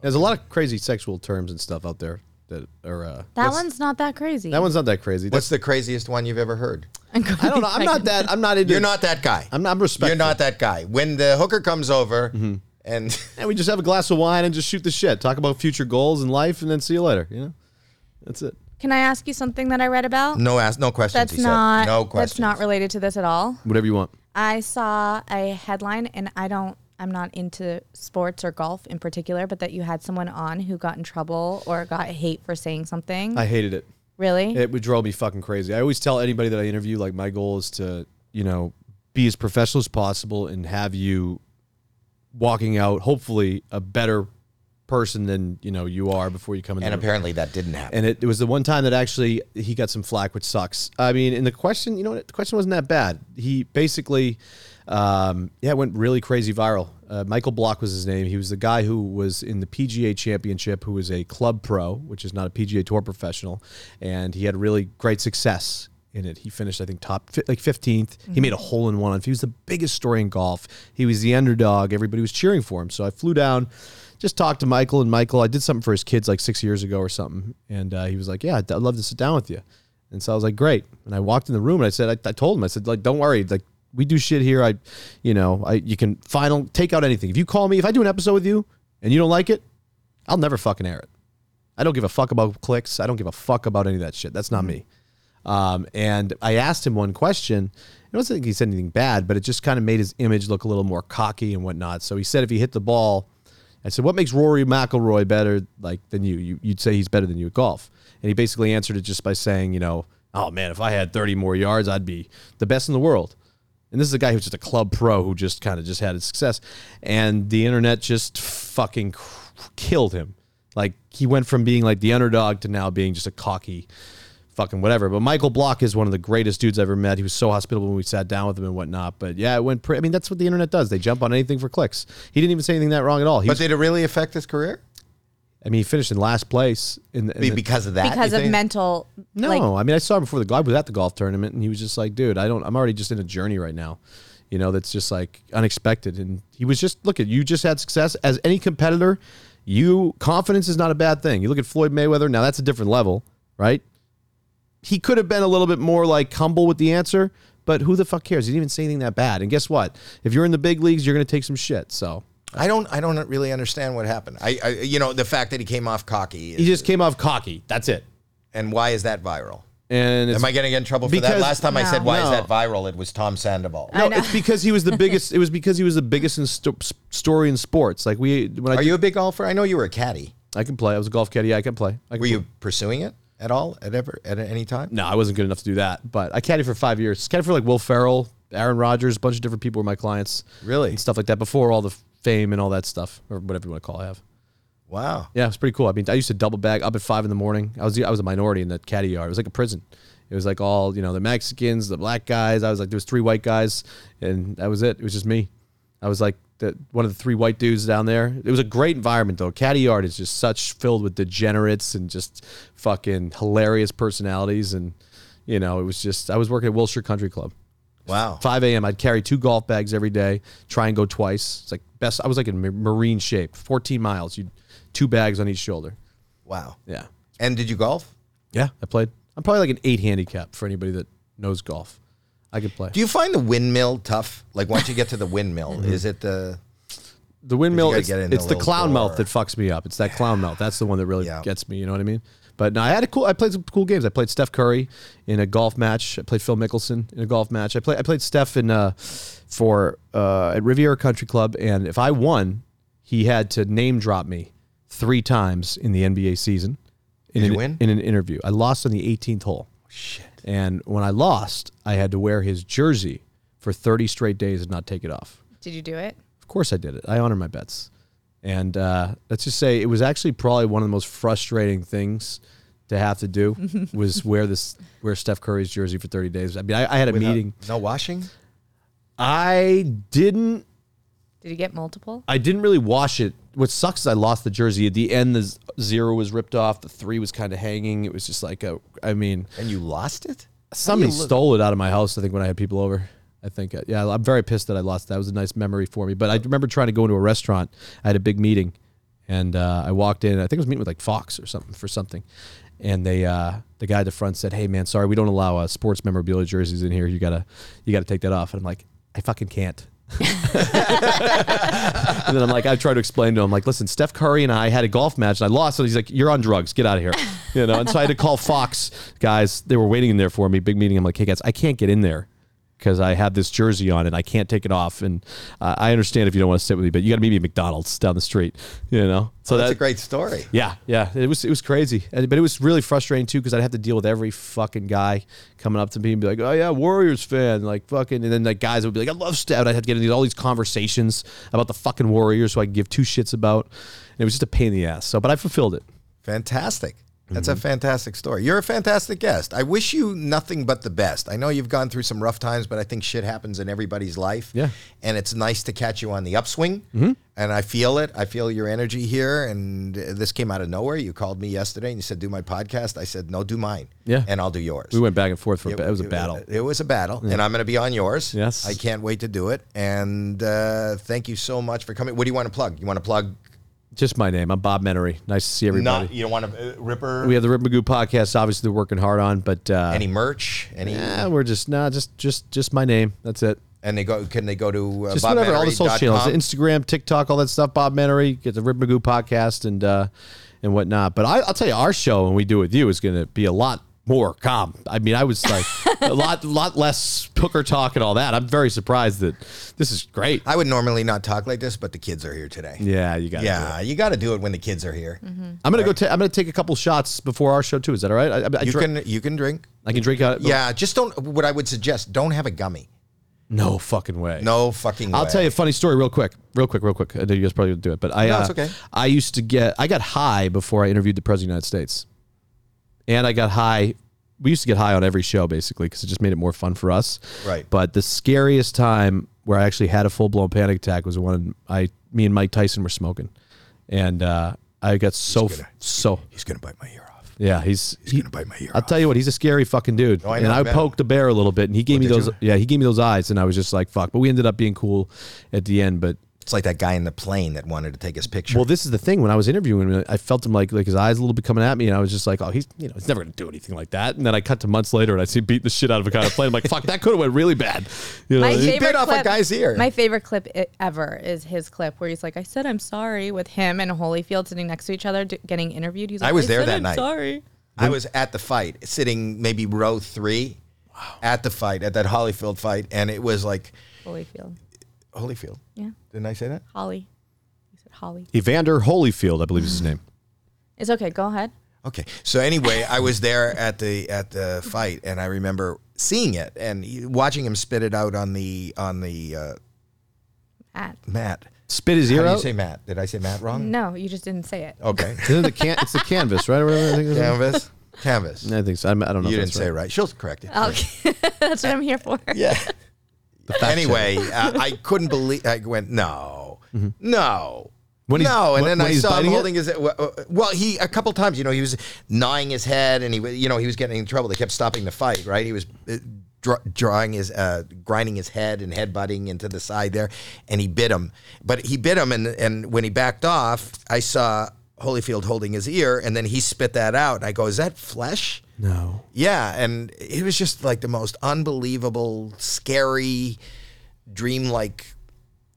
A: There's a lot of crazy sexual terms and stuff out there that are. Uh,
C: That one's not that crazy.
A: that one's not that crazy.
B: What's the craziest one you've ever heard?
A: I don't know. I'm not that. I'm not into.
B: You're not that guy.
A: I'm not- I'm respectful. Mm-hmm.
B: You're not that guy. When the hooker comes over and
A: And we just have a glass of wine and just shoot the shit, talk about future goals in life, and then see you later. You know, that's it.
C: Can I ask you something that I read about?
B: no ask no questions.
C: That's
B: he said.
C: not.
B: no questions.
C: That's not related to this at all.
A: Whatever you want.
C: I saw a headline, and I don't. I'm not into sports or golf in particular, but that you had someone on who got in trouble or got hate for saying something.
A: I hated it.
C: really?
A: It would drive me fucking crazy. I always tell anybody that I interview, like, my goal is to, you know, be as professional as possible and have you walking out, hopefully, a better person than, you know, you are before you come in
B: And
A: the room.
B: apparently that didn't happen.
A: And it, it was the one time that actually he got some flack, which sucks. I mean, and the question, you know, what, the question wasn't that bad. He basically, um, yeah, it went really crazy viral. Uh, Michael Block was his name. He was the guy who was in the PGA Championship, who was a club pro, which is not a PGA Tour professional, and he had really great success in it. He finished, I think, top fi- like 15th. He made a hole in one. He was the biggest story in golf. He was the underdog. Everybody was cheering for him. So I flew down, just talked to Michael. And Michael, I did something for his kids like six years ago or something. And uh, he was like, Yeah, I'd I'd love to sit down with you. And so I was like, Great. And I walked in the room and I said, I, I told him, I said, like, Don't worry. Like, we do shit here. I, you know, I you can final take out anything. If you call me, if I do an episode with you and you don't like it, I'll never fucking air it. I don't give a fuck about clicks. I don't give a fuck about any of that shit. That's not me. Um, and I asked him one question. I don't think he said anything bad, but it just kind of made his image look a little more cocky and whatnot. So he said if he hit the ball, I said, "What makes Rory McIlroy better like than you? you? You'd say he's better than you at golf." And he basically answered it just by saying, "You know, oh man, if I had 30 more yards, I'd be the best in the world." And this is a guy who's just a club pro who just kind of just had his success, and the internet just fucking cr- killed him. Like he went from being like the underdog to now being just a cocky fucking whatever. But Michael Block is one of the greatest dudes I've ever met. He was so hospitable when we sat down with him and whatnot. But yeah, it went. Pre- I mean, that's what the internet does. They jump on anything for clicks. He didn't even say anything that wrong at all. He
B: But
A: was,
B: did it really affect his career?
A: I mean, he finished in last place. In, the- in
B: Be-
A: the-
B: Because of that?
C: because
B: you
C: of
B: think?
C: mental.
A: no,
C: like,
A: I mean, I saw him before the golf. I was at the golf tournament, and he was just like, "Dude, I don't. I'm already just in a journey right now." You know, that's just like unexpected. And he was just look at you. Just had success as any competitor. You confidence is not a bad thing. You look at Floyd Mayweather. Now that's a different level, right? he could have been a little bit more like humble with the answer, but who the fuck cares? He didn't even say anything that bad. And guess what? If you're in the big leagues, you're going to take some shit. So
B: I don't I don't really understand what happened. I, I you know, the fact that he came off cocky
A: he just came off cocky. That's it.
B: and why is that viral?
A: And it's,
B: Am I going to get in trouble for that?
A: Because-
B: Last time I said,
A: No.
B: why is
A: No.
B: that viral? It was Tom Sandoval.
A: no, it's because he was the biggest. It was because he was the biggest in sto- s- story in sports. Like we, when I,
B: Are you a big golfer? I know you were a caddy.
A: I can play. I was a golf caddy. I can play. I can
B: Were you pursuing it at all at ever at any time?
A: No, I wasn't good enough to do that. But I caddied for five years. Caddied for like Will Ferrell, Aaron Rodgers, a bunch of different people were my clients.
B: Really?
A: and stuff like that before all the fame and all that stuff or whatever you want to call it. I have.
B: Wow.
A: Yeah, it's pretty cool. I mean, I used to double bag up at five in the morning. I was I was a minority in the caddy yard. It was like a prison. It was like all you know, the Mexicans, the black guys. I was like there was three white guys, and that was it. It was just me. I was like the, one of the three white dudes down there. It was a great environment though. Caddy yard is just such filled with degenerates and just fucking hilarious personalities, and you know, it was just I was working at Wilshire Country Club.
B: Wow.
A: 5 a.m. I'd carry two golf bags every day, try and go twice. It's like best. I was like in ma- marine shape, 14 miles. You two bags on each shoulder.
B: Wow.
A: Yeah,
B: And did you golf?
A: yeah. I played. I'm probably like an eight handicap for anybody that knows golf. I could play.
B: Do you find the windmill tough? Like once you get to the windmill, is it uh, the
A: the windmill.
B: gotta
A: It's,
B: get in
A: it's
B: the
A: the
B: little
A: clown mouth
B: door.
A: that fucks me up. It's that clown mouth. That's the one that really
B: Yeah.
A: gets me. You know what I mean? But no, I had a cool. I played some cool games. I played Steph Curry in a golf match. I played Phil Mickelson in a golf match. I played. I played Steph in uh, for uh, at Riviera Country Club, and if I won, he had to name drop me three times in the NBA season. In
B: Did
A: an,
B: you win?
A: In an interview, I lost on the 18th hole. Shit. And when I lost, I had to wear his jersey for 30 straight days and not take it off.
C: Did you do it?
A: Of course I did it. I honor my bets. And uh, let's just say it was actually probably one of the most frustrating things to have to do was wear this wear Steph Curry's jersey for 30 days. I mean, I, I had a meeting.
B: no washing?
A: I didn't
C: Did you get multiple?
A: I didn't really wash it. What sucks is I lost the jersey. At the end, the z- zero was ripped off. The three was kind of hanging. It was just like a. I mean,
B: And you lost it?
A: somebody stole it out of my house. I think when I had people over, I I think. uh, Yeah, I'm very pissed that I lost. That was a nice memory for me. But I remember trying to go into a restaurant. I had a big meeting, and uh, I walked in. I think I was meeting with like Fox or something for something. And they, uh, the guy at the front said, "Hey man, sorry, we don't allow uh, sports memorabilia jerseys in here. You gotta, you gotta take that off." And I'm like, "I fucking can't." and then I'm like, I tried to explain to him, like, listen, Steph Curry and I had a golf match and I lost. So he's like, you're on drugs. Get out of here. You know, and so I had to call Fox guys. They were waiting in there for me. Big meeting. I'm like, hey guys, I can't get in there because I have this jersey on and I can't take it off. And uh, I understand if you don't want to sit with me, but you got to meet me at McDonald's down the street. You know, so
B: Oh, That's
A: that-
B: a great story.
A: yeah, yeah. It was it was crazy, And- but it was really frustrating too because I'd have to deal with every fucking guy coming up to me and be like, "Oh yeah, Warriors fan," like fucking, and then like guys would be like, "I love Steph." I'd have to get into all these conversations about the fucking Warriors, so I could give two shits about. And it was just a pain in the ass. So, but I fulfilled it.
B: Fantastic. That's
A: Mm-hmm.
B: a fantastic story. You're a fantastic guest. I wish you nothing but the best. I know you've gone through some rough times, but I think shit happens in everybody's life.
A: Yeah. Mm-hmm.
B: And it's nice to catch you on the upswing. And I feel it. I feel your energy here. And uh, this came out of nowhere. You called me yesterday and you said, Do my podcast. I said, No, do mine.
A: Yeah.
B: And I'll do yours.
A: We went back and forth for a bit. it was a battle.
B: It, was a battle, and I'm going to be on yours.
A: Yes.
B: I can't wait to do it. And uh, thank you so much for coming. What do you want to plug? You want to plug?
A: Just my name. I'm Bob Menery. Nice to see everybody.
B: Not you don't want to uh, Ripper.
A: we have the Rip Magoo podcast. Obviously, they're working hard on, but uh,
B: any merch? Any?
A: yeah, we're just nah, just just just my name. That's it.
B: And they go? Can they go to uh,
A: just whatever, all the social channels,
B: bobmenery.com?
A: Instagram, TikTok, all that stuff. Bob Menery, get the Rip Magoo podcast and uh, and whatnot. But I, I'll tell you, our show when we do with you is going to be a lot more calm. I mean, I was like a lot lot less hooker talk and all that. I'm very surprised that this is great.
B: I would normally not talk like this, but the kids are here today.
A: Yeah, you got.
B: Yeah, you got to do it when the kids are here.
A: I'm gonna go. Ta- I'm gonna take a couple shots before our show too. Is that all right? I, I, I
B: You
A: dr-
B: can you can drink.
A: I can drink. Out,
B: Yeah, just don't. What I would suggest: don't have a gummy.
A: No fucking way.
B: No fucking.
A: I'll
B: way.
A: tell you a funny story real quick, real quick, real quick. I know you guys probably would do it, but I
B: No, it's
A: uh,
B: okay.
A: I used to get I got high before I interviewed the president of the United States, and I got high. We used to get high on every show basically because it just made it more fun for us.
B: Right.
A: But the scariest time where I actually had a full blown panic attack was when I me and Mike Tyson were smoking, and uh, I got so
B: gonna-
A: so
B: He's gonna bite my ear off.
A: yeah he's
B: He's
A: he-
B: gonna bite my ear
A: I'll
B: off.
A: tell you what, he's a scary fucking dude.
B: I
A: and
B: know,
A: I
B: man.
A: poked the bear a little bit, and he gave me
B: did
A: those.
B: you?
A: Yeah, he gave me those eyes, and I was just like, "Fuck!" But we ended up being cool at the end. But
B: It's like that guy in the plane that wanted to take his picture.
A: well, this is the thing. When I was interviewing him, I felt him like like his eyes a little bit coming at me, and I was just like, "Oh, he's you know he's never gonna do anything like that." And then I cut to months later, and I see him beating the shit out of a guy on a plane. I'm like, "Fuck, that could have went really bad." You know,
C: My
A: he-
C: favorite
B: bit off a
C: clip,
B: guy's ear.
C: My favorite clip i- ever is his clip where he's like, "I said I'm sorry" with him and Holyfield sitting next to each other d- getting interviewed. He's like,
B: I was there
C: said
B: that
C: I'm
B: night."
C: Sorry.
B: I was at the fight, sitting maybe row three, at the fight at that Holyfield fight, and it was like
C: Holyfield.
B: Holyfield.
C: Yeah.
B: Didn't I say that?
C: Holly. He said Holly.
A: Evander Holyfield, I believe is his name.
C: It's okay. Go ahead.
B: Okay. So anyway, I was there at the at the fight, and I remember seeing it and he- watching him spit it out on the on the uh,
C: Matt.
B: mat.
A: Spit his
B: How
A: ear
B: do you
A: out.
B: say mat? Did I say mat wrong?
C: No, you just didn't say it.
B: Okay.
A: Isn't it the can- it's the canvas, right? Or whatever I think it's-
B: Canvas. Canvas.
A: I think so. I'm, I don't know.
B: you
A: if
B: didn't
A: that's
B: say it right. She'll correct it.
C: Okay. That's what I'm here for.
B: Yeah. anyway, uh, I couldn't believe. I went no, no.
A: Mm-hmm. When he's-
B: no, and
A: when-
B: then
A: when
B: I
A: he's
B: saw him
A: biting it?
B: holding his. Well, he a couple times, you know, he was gnawing his head, and he, was- you know, he was getting in trouble. They kept stopping the fight, right? He was uh, dr- drawing his, uh, grinding his head and headbutting into the side there, and he bit him. But he bit him, and and when he backed off, I saw Holyfield holding his ear, and then he spit that out. And I go, "Is that flesh?"
A: No.
B: Yeah, and it was just like the most unbelievable, scary, dreamlike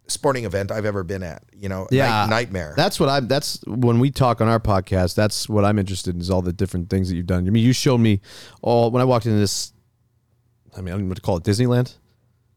B: sporting event I've ever been at. You know, night- nightmare.
A: That's what I'm. That's when we talk on our podcast. That's what I'm interested in is all the different things that you've done. I mean, you showed me all when I walked into this. I mean, I don't even know what to call it. Disneyland.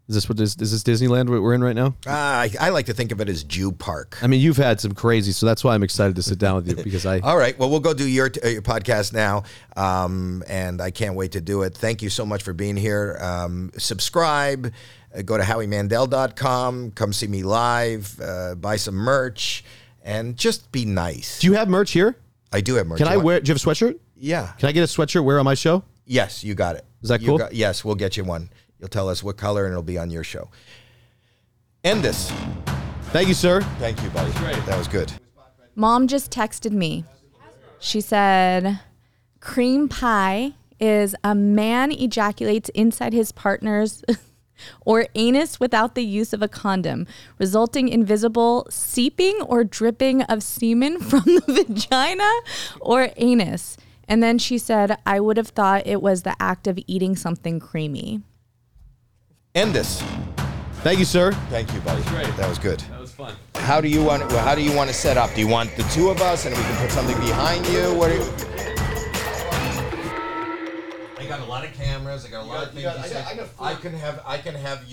A: Is this what is, is this Disneyland we- we're in right now?
B: Ah, I, I like to think of it as Jew Park.
A: I mean, you've had some crazy, so that's why I'm excited to sit down with you because I.
B: All right, well, we'll go do your, uh, your podcast now, um, and I can't wait to do it. Thank you so much for being here. Um, subscribe, uh, go to howiemandel.com, come see me live, uh, buy some merch, and just be nice.
A: Do you have merch here?
B: I do have merch.
A: Can I
B: You want-
A: wear? Do you have a sweatshirt?
B: Yeah.
A: Can I get a sweatshirt wear on my show?
B: Yes, you got it.
A: Is that
B: You
A: cool?
B: got- yes, we'll get you one. You'll tell us what color and it'll be on your show. End this.
A: Thank you, sir.
B: Thank you, buddy. That was good.
C: Mom just texted me. She said, Cream pie is a man ejaculates inside his partner's or anus without the use of a condom, resulting in visible seeping or dripping of semen from the vagina or anus. And then she said, I would have thought it was the act of eating something creamy.
B: End this.
A: Thank you, sir.
B: Thank you, buddy. That was good.
A: was fun.
B: How do you want? Well, how do you want to set up? Do you want the two of us, and we can put something behind you? What? Do you... I got a lot of cameras. I got a lot of things. I, I, can have. I can have